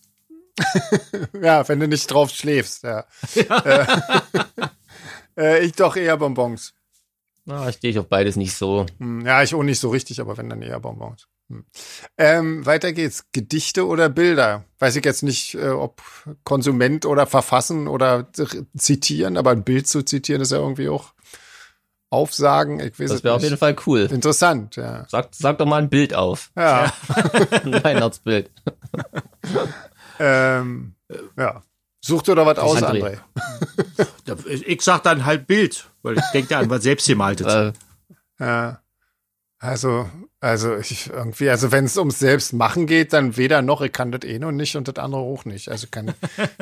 Ja, wenn du nicht drauf schläfst, ja. <laughs> äh, ich doch eher Bonbons.
Ah, ich stehe ich auf beides nicht so.
Hm, Ja, ich auch nicht so richtig, aber wenn dann eher Bonbons. Hm. Ähm, weiter geht's. Gedichte oder Bilder? Weiß ich jetzt nicht, äh, ob Konsument oder verfassen oder r- zitieren, aber ein Bild zu zitieren ist ja irgendwie auch Aufsagen. Ich weiß
Das
es
wäre auf jeden
nicht.
Fall cool.
Interessant, ja.
Sag, sag doch mal ein
<laughs>
Bild auf.
Ja,
Ein Weihnachtsbild.
ähm, ja. Such dir doch was aus, André.
André.
Da- Ich sag dann halt Bild, weil ich denke <laughs> an was selbstgemaltes.
Äh,
Ja. Äh, Also, also ich irgendwie, also wenn es ums Selbstmachen geht, dann weder noch, ich kann das eh noch nicht und das andere auch nicht. Also ich kann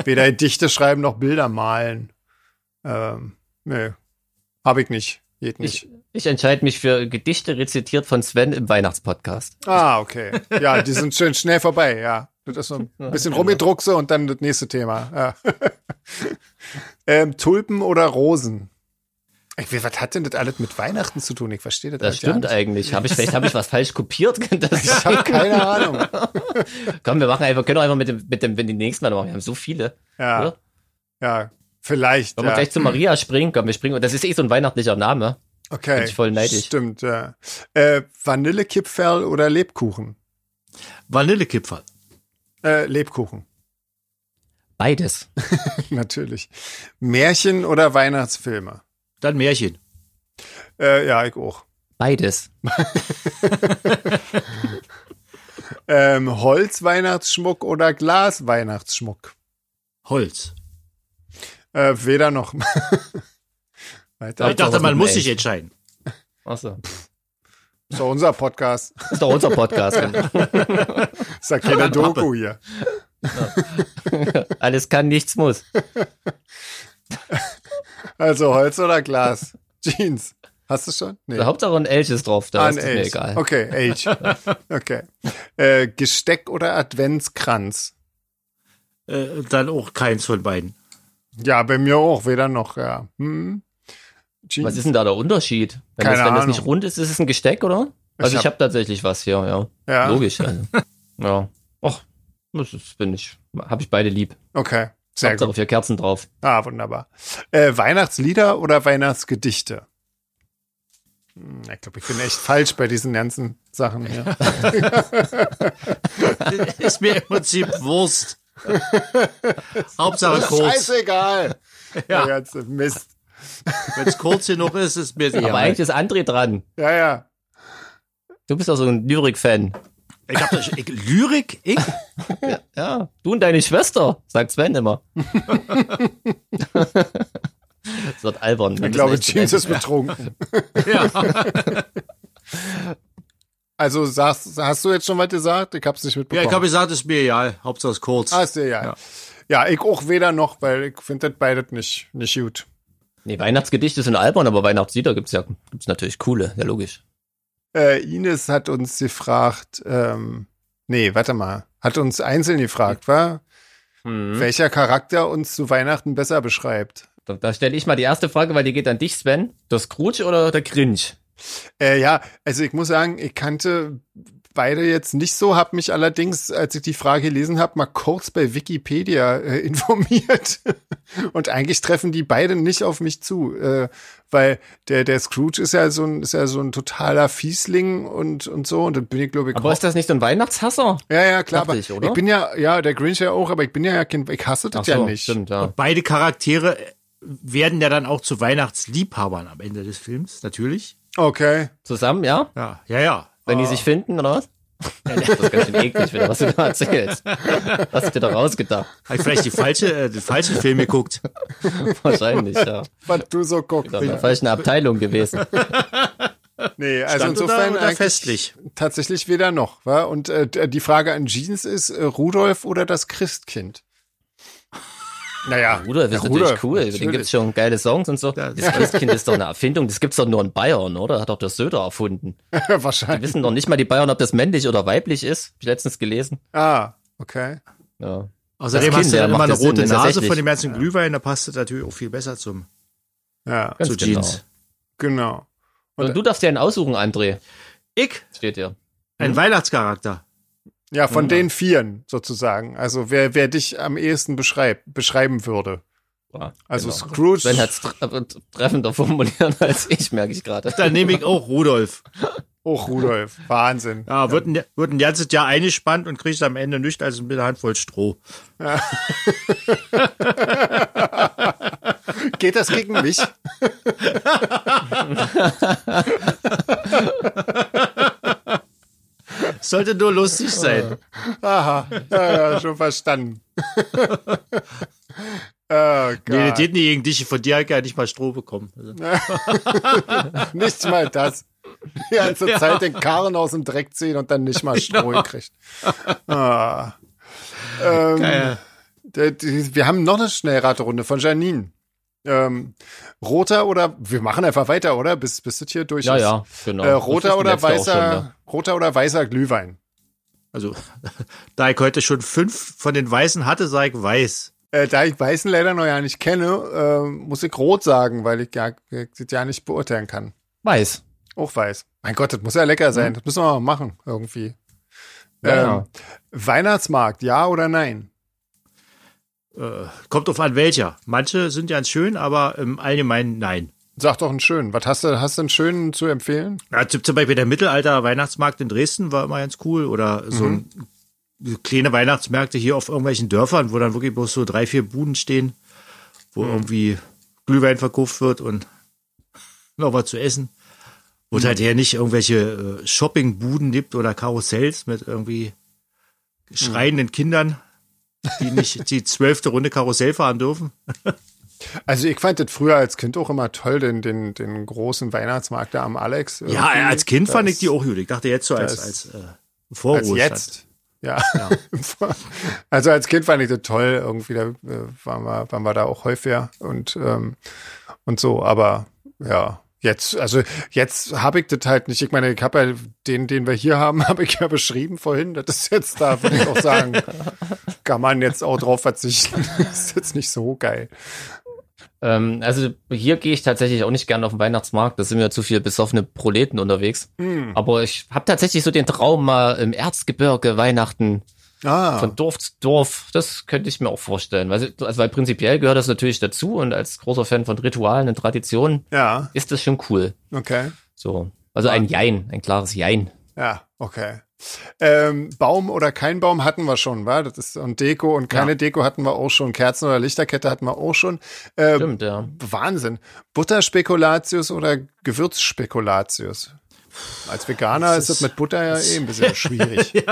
weder Dichte schreiben noch Bilder malen. Ähm, nö. Hab ich nicht. Geht nicht.
ich ich entscheide mich für Gedichte rezitiert von Sven im Weihnachtspodcast.
ah, okay. Ja, die sind schön schnell vorbei, ja. Das ist so ein bisschen rumgedruckse und dann das nächste Thema. Ja. ähm, Tulpen oder Rosen? Ich, was hat denn das alles mit Weihnachten zu tun? Ich verstehe das,
Das
alles ja
stimmt
nicht.
eigentlich. Hab ich, vielleicht habe ich was falsch kopiert. <laughs> Das,
Ich habe keine Ahnung.
komm, wir machen einfach, können doch einfach mit dem, mit dem, wenn die nächsten Mal noch machen. Wir haben so viele.
Ja.
Oder?
Ja, vielleicht.
Wollen wir
Ja.
gleich zu Maria springen? Komm, wir springen. Und das ist eh so ein weihnachtlicher Name.
okay.
bin ich voll neidisch.
Stimmt, ja. Äh, Vanillekipferl oder Lebkuchen?
Vanillekipferl.
Äh, Lebkuchen, <laughs>
Beides.
natürlich. Märchen oder Weihnachtsfilme?
Dann Märchen.
Äh, ja, ich auch.
Beides.
Ähm, Holzweihnachtsschmuck oder Glasweihnachtsschmuck?
Holz.
Äh, weder noch. <laughs> Weiter.
Ich dachte,
was
man
mit
muss
dem
sich
Elch.
entscheiden.
Achso.
Ist doch unser Podcast.
Ist doch unser Podcast.
<laughs> Ist ja
<laughs>
keine
Dann Pappe.
Doku hier.
Alles kann, nichts muss.
Also Holz oder Glas? Jeans. Hast du schon? Nee.
Also, Hauptsache ein Elch ist drauf, da
Ah,
ist es
ein
mir
Elch.
egal.
Okay,
<laughs>
Age. Okay. Äh, Gesteck oder Adventskranz?
Äh, dann auch keins von <laughs> beiden.
Ja, bei mir auch, weder noch, ja. Hm. Jeans.
Was ist denn da der Unterschied? Wenn,
Keine
das, wenn das nicht
Ahnung.
rund ist, ist es ein Gesteck, oder?
Ich
Also ich
hab-
habe hab tatsächlich was hier, ja.
Ja. <laughs>
Logisch. Also. ja. Och, das ist, bin ich. Hab ich beide lieb.
Okay, sehr
Hauptsache
gut.
vier Kerzen drauf.
Ah, wunderbar. Äh, Weihnachtslieder oder Weihnachtsgedichte? Hm, Ich glaube, ich bin echt falsch bei diesen ganzen Sachen
<laughs>
hier.
Ist mir im Prinzip <laughs> Wurst. Hauptsache kurz.
<laughs>
Scheißegal. Der
Ja.
ganze Mist.
Wenn es kurz genug ist, ist mir
Aber
egal.
eigentlich ist André dran.
Ja, ja.
Du bist doch so ein Lyrik-Fan.
Ich hab doch, ich, Lyrik? Ich?
Ja. Du und deine Schwester, sagt
<laughs>
Sven immer. das wird albern. Wir
Ich glaube,
müssen echt-
Jeans ist
<laughs>
betrunken.
Ja.
<laughs> Also sagst, hast du jetzt schon was gesagt? Ich hab's nicht
ja,
mitbekommen.
ich habe gesagt, ist mir egal. Hauptsache kurz.
Ah, ist dir ja. ja. ich auch weder noch, weil ich finde das beides nicht, nicht gut.
Nee, Weihnachtsgedichte sind albern, aber Weihnachtslieder gibt's ja gibt's natürlich coole, ja logisch.
Äh, Ines hat uns gefragt, ähm, nee, warte mal, hat uns einzeln gefragt, war,
Mhm.
welcher Charakter uns zu Weihnachten besser beschreibt.
Da, da stelle ich mal die erste Frage, weil die geht an dich, Sven. Der Scrooge oder der Grinch?
Äh, ja, also ich muss sagen, ich kannte beide jetzt nicht so, habe mich allerdings, als ich die Frage gelesen habe, mal kurz bei Wikipedia äh, <laughs> informiert. Und eigentlich treffen die beiden nicht auf mich zu, äh, weil der, der Scrooge ist ja so ein, ist ja so ein totaler Fiesling und, und so. Und dann bin ich, glaube ich,
Aber ist das nicht so ein Weihnachtshasser?
ja, ja, klar.
Dachte
Aber
ich, oder?
bin ja, ja, der Grinch ja auch, aber ich bin ja kein, ich hasse das
Ach so,
ja nicht.
Stimmt, ja.
Beide Charaktere äh, werden ja dann auch zu Weihnachtsliebhabern am Ende des Films, natürlich.
Okay.
Zusammen, ja?
Ja, ja, ja.
Wenn die sich finden, oder was? das ist ganz schön eklig, wieder, was du da erzählst. Was hast du dir da rausgedacht?
Habe ich vielleicht die falsche, äh, den falschen Film geguckt?
Wahrscheinlich, ja.
Was du so guckst.
Da in der falschen Abteilung gewesen.
Nee, also
Stand
insofern
oder, oder
eigentlich
festlich?
tatsächlich weder noch. Wa? Und äh, d- die Frage an Jeans ist, äh, Rudolf oder das
<laughs>
Christkind? Naja,
Rudolf ist
Ja,
natürlich cool. Für den
natürlich.
gibt's schon geile Songs und so. Das Christkind ist doch eine Erfindung. Das gibt's doch nur in Bayern, oder? Hat doch der Söder erfunden.
<laughs> Wahrscheinlich.
Wissen doch nicht mal die Bayern, ob das männlich oder weiblich ist. Hab ich letztens gelesen.
Ah, okay.
Ja.
Außerdem
Also Das
hast
Kind,
du
ja,
dann immer
macht
eine
das Sinn,
rote
ist
Nase
tatsächlich.
von dem ganzen Glühwein, da passt das natürlich auch viel besser zum,
Ja,
Ganz
zu
genau.
Jeans.
genau.
Und du darfst dir einen aussuchen, André.
Ich,
Steht dir.
ein Weihnachtscharakter.
Ja, von
Ja.
den Vieren sozusagen. Also wer, wer dich am ehesten beschreib, beschreiben würde.
Ja,
Also
genau.
Scrooge.
Sven hat's tre treffender formuliert <laughs> als ich, merke ich gerade.
Dann nehme ich auch Rudolf.
Och, Oh,
<laughs>
Rudolf. Wahnsinn.
Ja, wird ein, wird ein ganzes Jahr eingespannt und kriegst am Ende nicht als eine Handvoll Stroh.
Geht das gegen
<laughs>
mich?
Sollte nur lustig sein.
Aha, ja, ja, schon verstanden. <laughs> oh Gott.
Nee, das geht nicht gegen dich. Von dir hat ja nicht mal Stroh bekommen. Also,
Nicht mal das. Die ganze Zeit den Karren aus dem Dreck ziehen und dann nicht mal Stroh gekriegt. Ah. Ähm, der- die- wir haben noch eine Schnellraterunde von Janine. Ähm, roter oder wir machen einfach weiter, oder? Bis, bis das hier durch
Ja,
ist.
ja, genau.
Äh,
Das
roter
wissen
oder
Letzte auch schon,
weißer,
ne?
roter oder weißer Glühwein.
also <laughs> da ich heute schon fünf von den Weißen hatte, sage ich weiß.
Äh, da ich Weißen leider noch ja nicht kenne, äh, muss ich rot sagen, weil ich ja, ich das ja nicht beurteilen kann.
Weiß.
Auch weiß. Mein Gott, das muss ja lecker sein. Das müssen wir mal machen, irgendwie.
Mhm. Ja,
Ähm, Weihnachtsmarkt, ja oder nein?
Äh, kommt drauf an, welcher. Manche sind ganz schön, aber im Allgemeinen nein.
Sag doch einen schönen. Was hast du, hast du einen schönen zu empfehlen?
Ja, zum zum Beispiel der Mittelalter-Weihnachtsmarkt in Dresden war immer ganz cool oder so ein- kleine Weihnachtsmärkte hier auf irgendwelchen Dörfern, wo dann wirklich bloß so drei, vier Buden stehen, wo irgendwie Glühwein verkauft wird und noch was zu essen. Mhm. Und halt hier nicht irgendwelche äh, Shoppingbuden gibt oder Karussells mit irgendwie schreienden Kindern, die nicht <laughs> die zwölfte Runde Karussell fahren dürfen.
Also ich fand das früher als Kind auch immer toll, den, den, den großen Weihnachtsmarkt da am Alex.
Ja,
Irgendwie.
als Kind fand
Das-
ich die auch gut. Ich dachte jetzt so als,
das-
als äh,
als
Vorruhestand.
jetzt. Ja. <laughs> also als Kind fand ich das toll. Irgendwie da äh, waren wir, waren wir da auch häufiger und, ähm, und so, aber ja. Jetzt, also jetzt habe ich das halt nicht. Ich meine, ich habe ja den, den wir hier haben, <laughs> habe ich ja beschrieben vorhin. Das ist jetzt da, würde ich auch
<laughs>
sagen, kann man jetzt auch drauf verzichten. <laughs> Das ist jetzt nicht so geil.
Ähm, also hier gehe ich tatsächlich auch nicht gerne auf den Weihnachtsmarkt. Da sind mir zu viele besoffene Proleten unterwegs.
Hm.
Aber ich habe tatsächlich so den Traum mal im Erzgebirge Weihnachten
Ah,
von Dorf zu Dorf. Das könnte ich mir auch vorstellen. Weil, also, weil prinzipiell gehört das natürlich dazu und als großer Fan von Ritualen und Traditionen
ja,
ist das schon cool.
okay.
So. Also
Ah.
ein Jein, ein klares Jein.
Ja, okay. Ähm, Baum oder kein Baum hatten wir schon, war? Das ist und Deko und keine Deko hatten wir auch schon. Kerzen oder Lichterkette hatten wir auch schon. Äh,
Stimmt, ja.
Wahnsinn. Butterspekulatius oder Gewürzspekulatius? Als Veganer ist das mit Butter ja eh ein <laughs> bisschen schwierig.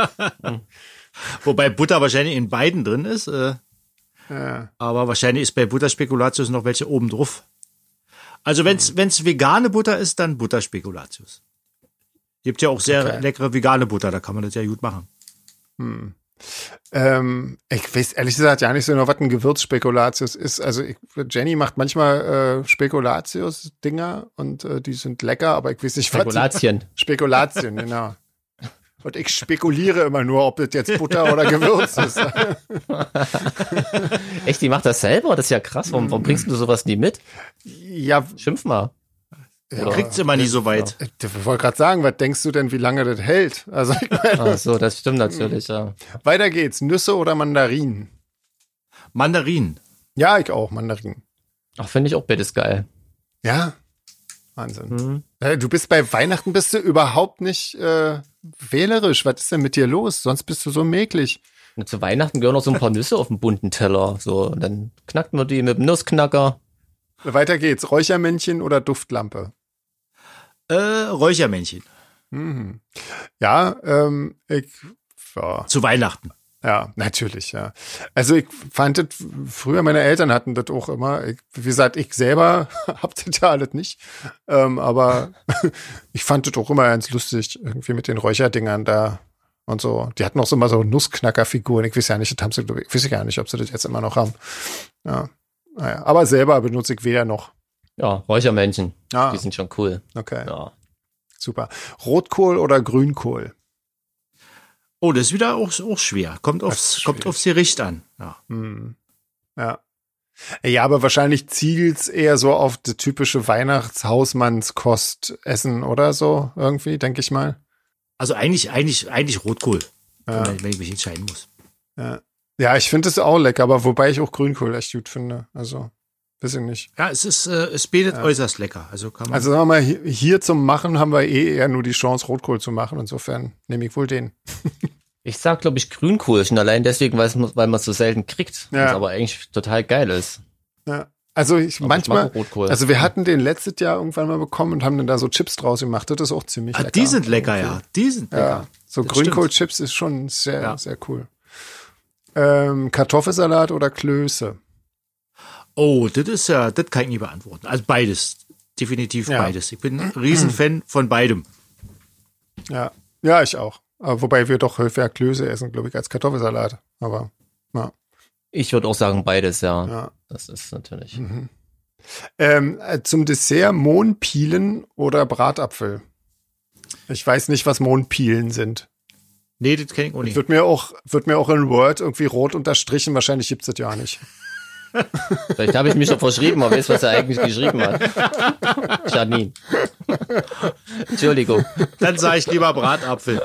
Wobei Butter wahrscheinlich in beiden drin ist. Äh, Aber wahrscheinlich ist bei Butterspekulatius noch welche oben drauf. Also
Hm.
wenn's wenn's vegane Butter ist, dann Butterspekulatius. Gibt ja auch sehr
Okay.
leckere vegane Butter, da kann man das ja gut machen.
Ähm, ich weiß ehrlich gesagt ja nicht so genau, was ein Gewürzspekulatius ist. Also ich, Jenny macht manchmal äh, Spekulatius-Dinger und äh, die sind lecker, aber ich weiß nicht, was sie-
Spekulatien.
Spekulatien, genau. Und ich spekuliere immer nur, ob das jetzt Butter oder Gewürz ist.
Echt, die macht das selber? Das ist ja krass. Warum, warum bringst du sowas nie mit?
Ja, <laughs>
Schimpf mal.
Ja. Kriegt's immer nie so weit.
ich wollte gerade sagen, was denkst du denn, wie lange das hält? Also, ich meine,
Ach Ah, so, das stimmt natürlich, ja.
weiter geht's. Nüsse oder Mandarinen?
Mandarinen.
Ja, ich auch, Mandarinen.
Ach, finde ich auch beides geil.
Ja, Wahnsinn. Äh, Du bist bei Weihnachten bist du überhaupt nicht äh, wählerisch. Was ist denn mit dir los? Sonst bist du so mäglich.
Und zu Weihnachten gehören noch so ein paar Nüsse auf den bunten Teller. So, und dann knackt man die mit dem Nussknacker.
Weiter geht's. Räuchermännchen oder Duftlampe?
Äh, Räuchermännchen.
Mhm. Ja, ähm, ich, ja,
Zu Weihnachten.
Ja, natürlich, ja. Also ich fand das, früher meine Eltern hatten das auch immer. Ich, wie gesagt, ich selber <laughs> hab das ja alles nicht. Ähm, aber <laughs> ich fand das auch immer ganz lustig, irgendwie mit den Räucherdingern da und so. Die hatten auch so immer so Nussknackerfiguren. Ich weiß ja nicht, das haben sie, glaub ich, ich weiß ja gar nicht, ob sie das jetzt immer noch haben. Ja. Naja, aber selber benutze ich weder noch.
Ja, Räuchermännchen.
Ah,
Die sind schon cool.
okay,
Ja.
super. Rotkohl oder Grünkohl?
Oh, das ist wieder auch, auch schwer. Kommt
Das
aufs,
ist
kommt
schwierig.
aufs Gericht an. Ja.
Hm. Ja. Ja, aber wahrscheinlich zielt's eher so auf die typische Weihnachtshausmannskost essen oder so irgendwie, denke ich mal.
Also eigentlich, eigentlich, eigentlich Rotkohl,
Ja,
wenn, wenn ich mich entscheiden muss.
ja ich finde es auch lecker, aber wobei ich auch Grünkohl echt gut finde. Also, weiß ich nicht.
Ja, es ist, äh, es bildet äußerst lecker. Also kann man.
Also sagen wir mal, hi- hier zum Machen haben wir eh eher nur die Chance, Rotkohl zu machen. Insofern nehme ich wohl den.
Ich sag, glaube ich, Grünkohl schon allein deswegen, weil man weil man's so selten kriegt.
Ja.
Was aber eigentlich total geil ist.
Ja. Also ich
Aber ich
manchmal.
mag auch Rotkohl.
Also wir hatten den letztes Jahr irgendwann mal bekommen und haben dann da so Chips draus gemacht. Das ist auch ziemlich
ah,
lecker.
die sind lecker, ja. Die sind
Ja,
lecker.
so
Das
Grünkohlchips ist schon sehr,
Ja.
sehr cool. Ähm, Kartoffelsalat oder Klöße?
Oh, das ist ja, das kann ich nie beantworten. Also beides. Definitiv
Ja.
beides. Ich bin ein Riesenfan von beidem.
Ja, ja, ich auch. Aber wobei wir doch häufiger Klöße essen, glaube ich, als Kartoffelsalat. Aber ja,
ich würde auch sagen, beides, ja.
ja.
Das ist natürlich.
Ähm, äh, zum Dessert Mohnpielen oder Bratapfel? Ich weiß nicht, was Mohnpielen sind.
Nee, das kenne ich auch nicht.
Wird mir auch, wird mir auch in Word irgendwie rot unterstrichen. Wahrscheinlich gibt's das ja nicht.
Vielleicht habe ich mich doch verschrieben, aber weiß, was er eigentlich geschrieben hat.
<laughs>
Janine. Entschuldigung.
Dann sage ich
<laughs>
lieber Bratapfel.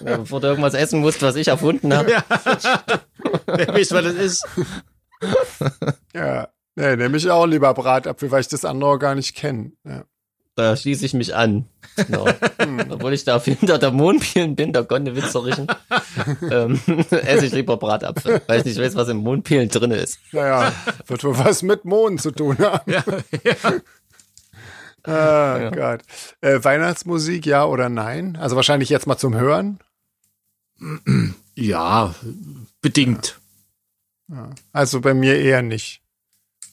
Bevor Äh, du irgendwas essen musst, was ich erfunden habe.
Wer weiß, was das ist.
Ja, nee, nehme ich auch lieber Bratapfel, weil ich das andere gar nicht kenne. Ja.
Da schließe ich mich an. Genau.
Hm.
Obwohl ich da hinter der Mohnpielen bin, der Gonde Witzerischen, ähm, <laughs> esse ich lieber Bratapfel, weil ich nicht weiß, was im Mohnpielen drin ist.
Naja, wird wohl was mit Mohn zu tun haben.
Ja, ja.
Ah, Gott. Äh, Weihnachtsmusik, ja oder nein? Also wahrscheinlich jetzt mal zum Hören.
Ja, bedingt.
Also bei mir eher nicht.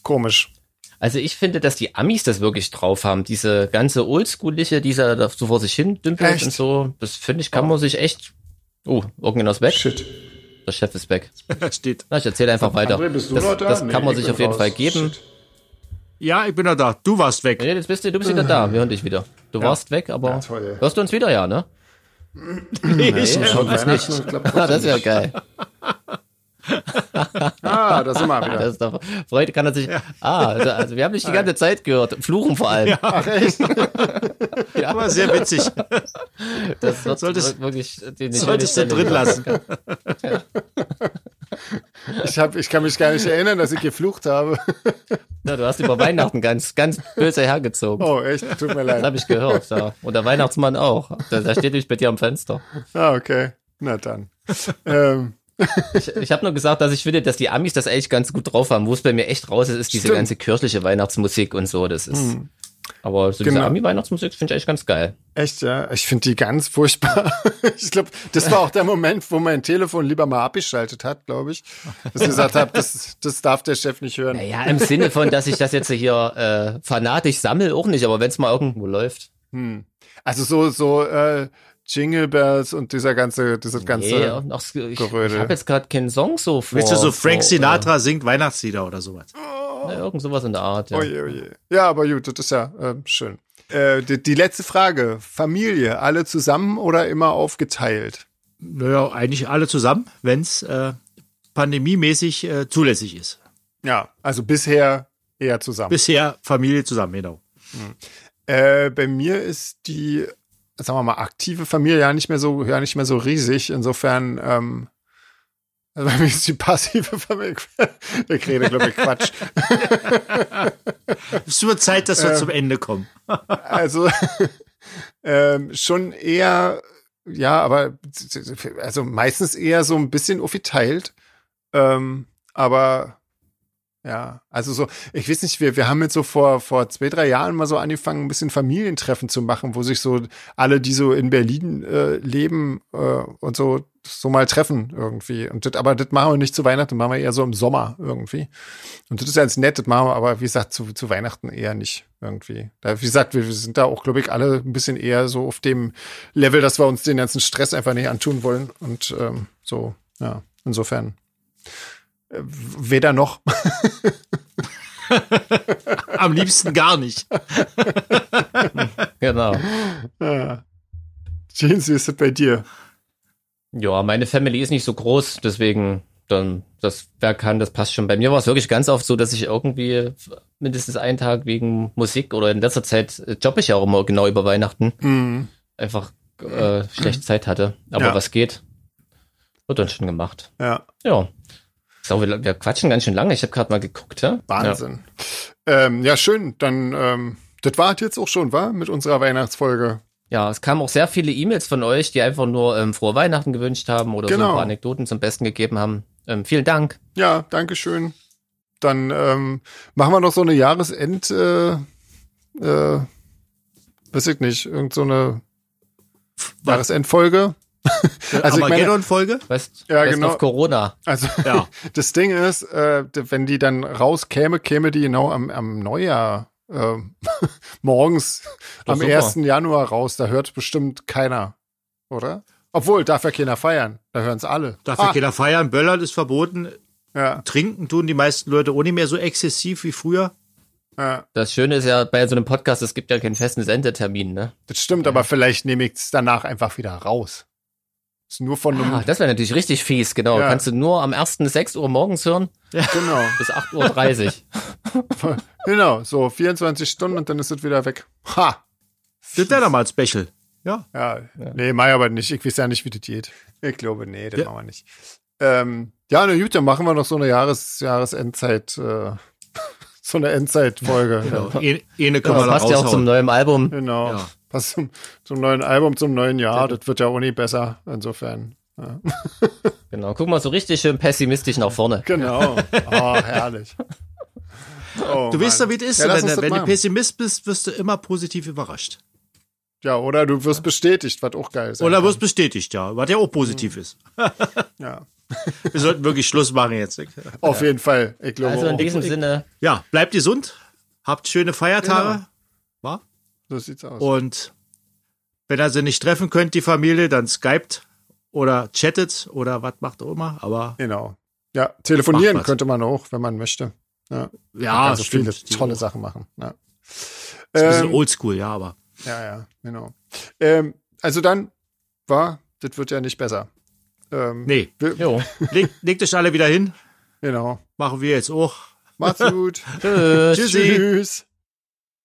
Komisch.
Also ich finde, dass die Amis das wirklich drauf haben. Diese ganze oldschoolige, die da so vor sich hin dümpelt
Echt?
und so. Das finde ich, kann man sich echt. Oh, irgendjemand ist weg.
Shit.
Der Chef ist weg.
Da steht.
Na, ich erzähle einfach weiter.
André, bist du
das
noch da?
das
Nee,
kann man
ich
sich
bin
auf jeden
raus.
Fall geben.
Shit.
Ja, ich bin ja da. Du warst weg.
Nee, jetzt bist du, du bist
<laughs>
wieder da. Wir hören dich wieder. Du warst weg, aber
Ja, toll.
hörst du uns wieder, ja, ne?
<laughs> Ich-
Schon
weiß
Weihnachten
nicht.
und klappt
Ja, das
trotzdem
ist ja
nicht.
geil.
Ah, da sind wir wieder.
Das ist doch, Freude kann er sich. Ah, also, also wir haben dich die ganze Zeit gehört. Fluchen vor allem.
Ach echt?
Aber sehr witzig.
das wird
Solltest-
wirklich die nicht
Solltest du drin lassen.
Ich, hab, ich kann mich gar nicht erinnern, dass ich geflucht habe.
Ja, du hast über Weihnachten ganz, ganz böse hergezogen.
Oh, echt? Tut mir
Das habe
leid.
ich gehört. Ja. Und der Weihnachtsmann auch. Da, da steht nämlich bei dir am Fenster.
Ah, okay. Na dann. Ähm,
Ich, ich habe nur gesagt, dass ich finde, dass die Amis das eigentlich ganz gut drauf haben. Wo es bei mir echt raus ist, ist diese
Stimmt.
ganze kirchliche Weihnachtsmusik und so. Das ist. Aber so diese
Genau.
Ami-Weihnachtsmusik finde ich eigentlich ganz geil.
echt, ja? Ich finde die ganz furchtbar. <laughs> Ich glaube, das war auch der Moment, wo mein Telefon lieber mal abgeschaltet hat, glaube ich. Dass ich gesagt habe, das, das darf der Chef nicht hören.
Naja, im Sinne von, dass ich das jetzt hier äh, fanatisch sammel, auch nicht. Aber wenn es mal irgendwo läuft.
Also so, so äh, Jingle Bells und dieser ganze, dieses ganze.
Nee, noch, ich ich
Gerödel.
habe jetzt gerade keinen Song so vor.
Willst du so Frank
vor,
Sinatra singt Weihnachtslieder oder sowas?
Äh, ne, irgend sowas in der Art.
Oh
Ja.
Oje, oje. Ja, aber gut, das ist ja ähm, schön. Äh, die, die letzte Frage. Familie, alle zusammen oder immer aufgeteilt?
Naja, eigentlich alle zusammen, wenn es äh, pandemiemäßig äh, zulässig ist.
Ja, also bisher eher zusammen.
Bisher Familie zusammen, genau.
Äh, bei mir ist die, sagen wir mal, aktive Familie ja nicht mehr so, ja nicht mehr so riesig. Insofern, ähm, also bei mir ist die passive Familie. <laughs> Ich rede, glaube ich, Quatsch.
Es wird Zeit, dass wir zum Ende kommen.
Also <laughs> ähm, schon eher, ja, aber also meistens eher so ein bisschen aufgeteilt. Ähm, aber ja, also so, ich weiß nicht, wir, wir haben jetzt so vor, vor zwei, drei Jahren mal so angefangen, ein bisschen Familientreffen zu machen, wo sich so alle, die so in Berlin äh, leben äh, und so, so mal treffen irgendwie. Und das, aber das machen wir nicht zu Weihnachten, machen wir eher so im Sommer irgendwie. Und das ist ganz nett, das machen wir, aber wie gesagt, zu, zu Weihnachten eher nicht irgendwie. Da, wie gesagt, wir, wir sind da auch, glaube ich, alle ein bisschen eher so auf dem Level, dass wir uns den ganzen Stress einfach nicht antun wollen. Und ähm, so, ja, insofern. äh, Weder noch. <laughs>
Am liebsten gar <laughs> nicht.
Genau.
Jeans, wie ist das bei dir?
Ja, meine Family ist nicht so groß, deswegen dann das wer kann, das passt schon. Bei mir war es wirklich ganz oft so, dass ich irgendwie mindestens einen Tag wegen Musik oder in letzter Zeit äh, jobbe ich ja auch immer genau über Weihnachten
Mhm.
einfach äh, schlechte Zeit hatte. Aber
Ja.
was geht, wird dann schon gemacht.
Ja,
Ja. So, wir, wir quatschen ganz schön lange. Ich habe gerade mal geguckt, ja?
Wahnsinn. Ja, ähm, ja schön. Dann, ähm, das war jetzt auch schon, war? Mit unserer Weihnachtsfolge.
Ja, es kamen auch sehr viele E-Mails von euch, die einfach nur ähm, frohe Weihnachten gewünscht haben oder so
Genau.
ein paar Anekdoten zum Besten gegeben haben. Ähm, vielen Dank.
Ja, danke schön. Dann ähm, machen wir noch so eine Jahresend, äh, äh, weiß ich nicht, irgend so eine Jahresendfolge. Also ich meine-
Armageddon-Folge?
Weißt,
Ja,
weißt
genau.
auf Corona.
Also
Ja.
<laughs> das Ding ist, äh, d- wenn die dann rauskäme, käme die genau am, am Neujahr äh, <laughs> morgens
Doch,
am
super.
1. Januar raus. Da hört bestimmt keiner, oder? Obwohl, darf ja keiner feiern. Da hören es alle.
Darf ja
Ah,
keiner feiern, Böllern ist verboten.
Ja.
Trinken tun die meisten Leute ohne mehr so exzessiv wie früher.
ja,
Das Schöne ist ja bei so einem Podcast, es gibt ja keinen festen Sendetermin, ne?
das stimmt, aber vielleicht nehme ich es danach einfach wieder raus. Ist nur von einem
Ah, das wäre natürlich richtig fies, genau.
Mhm. Ja.
Kannst du nur am 1. 6 Uhr morgens hören
Genau,
bis 8.30 Uhr.
<laughs> genau, so 24 Stunden und dann ist es wieder weg. Ha!
Das wäre doch mal ein Special. Ja.
Ja, nee, mach ich aber nicht. Ich weiß ja nicht, wie das geht. Ich glaube, nee, das
Ja.
machen wir nicht. Ähm, ja, na gut, dann machen wir noch so eine Jahres Jahresendzeit, äh, <laughs> so eine Endzeitfolge. <laughs> Genau.
Eh- Ene können wir
Das
da
passt ja auch zum
raushauen.
neuen Album.
genau.
Ja.
Passt zum, zum neuen Album, zum neuen Jahr. Das wird ja auch nie besser, insofern. Ja.
Genau. Guck mal so richtig schön pessimistisch nach vorne.
<laughs> Genau. Oh, herrlich. Oh
Du weißt ja, wie es ist.
Ja, lass
wenn
uns
du-
das
wenn du
machen.
Pessimist bist, wirst du immer positiv überrascht.
Ja, oder du wirst bestätigt, was auch geil ist.
Oder wirst bestätigt, ja, was ja auch positiv ist.
Ja,
Wir sollten wirklich Schluss machen jetzt.
auf jeden Fall. Ich glaube oh,
Also in
auch.
diesem Sinne,
Ja, bleibt gesund, habt schöne Feiertage wa?
So sieht's aus.
Oh.
und wenn ihr sie nicht treffen könnt, die Familie, dann skypt oder chattet oder was macht auch immer. Aber
genau. Ja, telefonieren
Macht was.
könnte man auch, wenn man möchte. Ja,
ja,
also viele
Ah, stimmt, die-
tolle Sachen machen. Ja.
Ist ein bisschen
Ähm,
oldschool, ja, aber
Ja, ja, genau. Ähm, also dann war, das wird ja nicht besser. Ähm, <laughs>
nee,
wir,
jo.
legt, legt euch alle wieder hin,
Genau.
machen wir jetzt auch.
<laughs>
Macht's gut.
Tschüss.
Tschüssi.
Tschüss.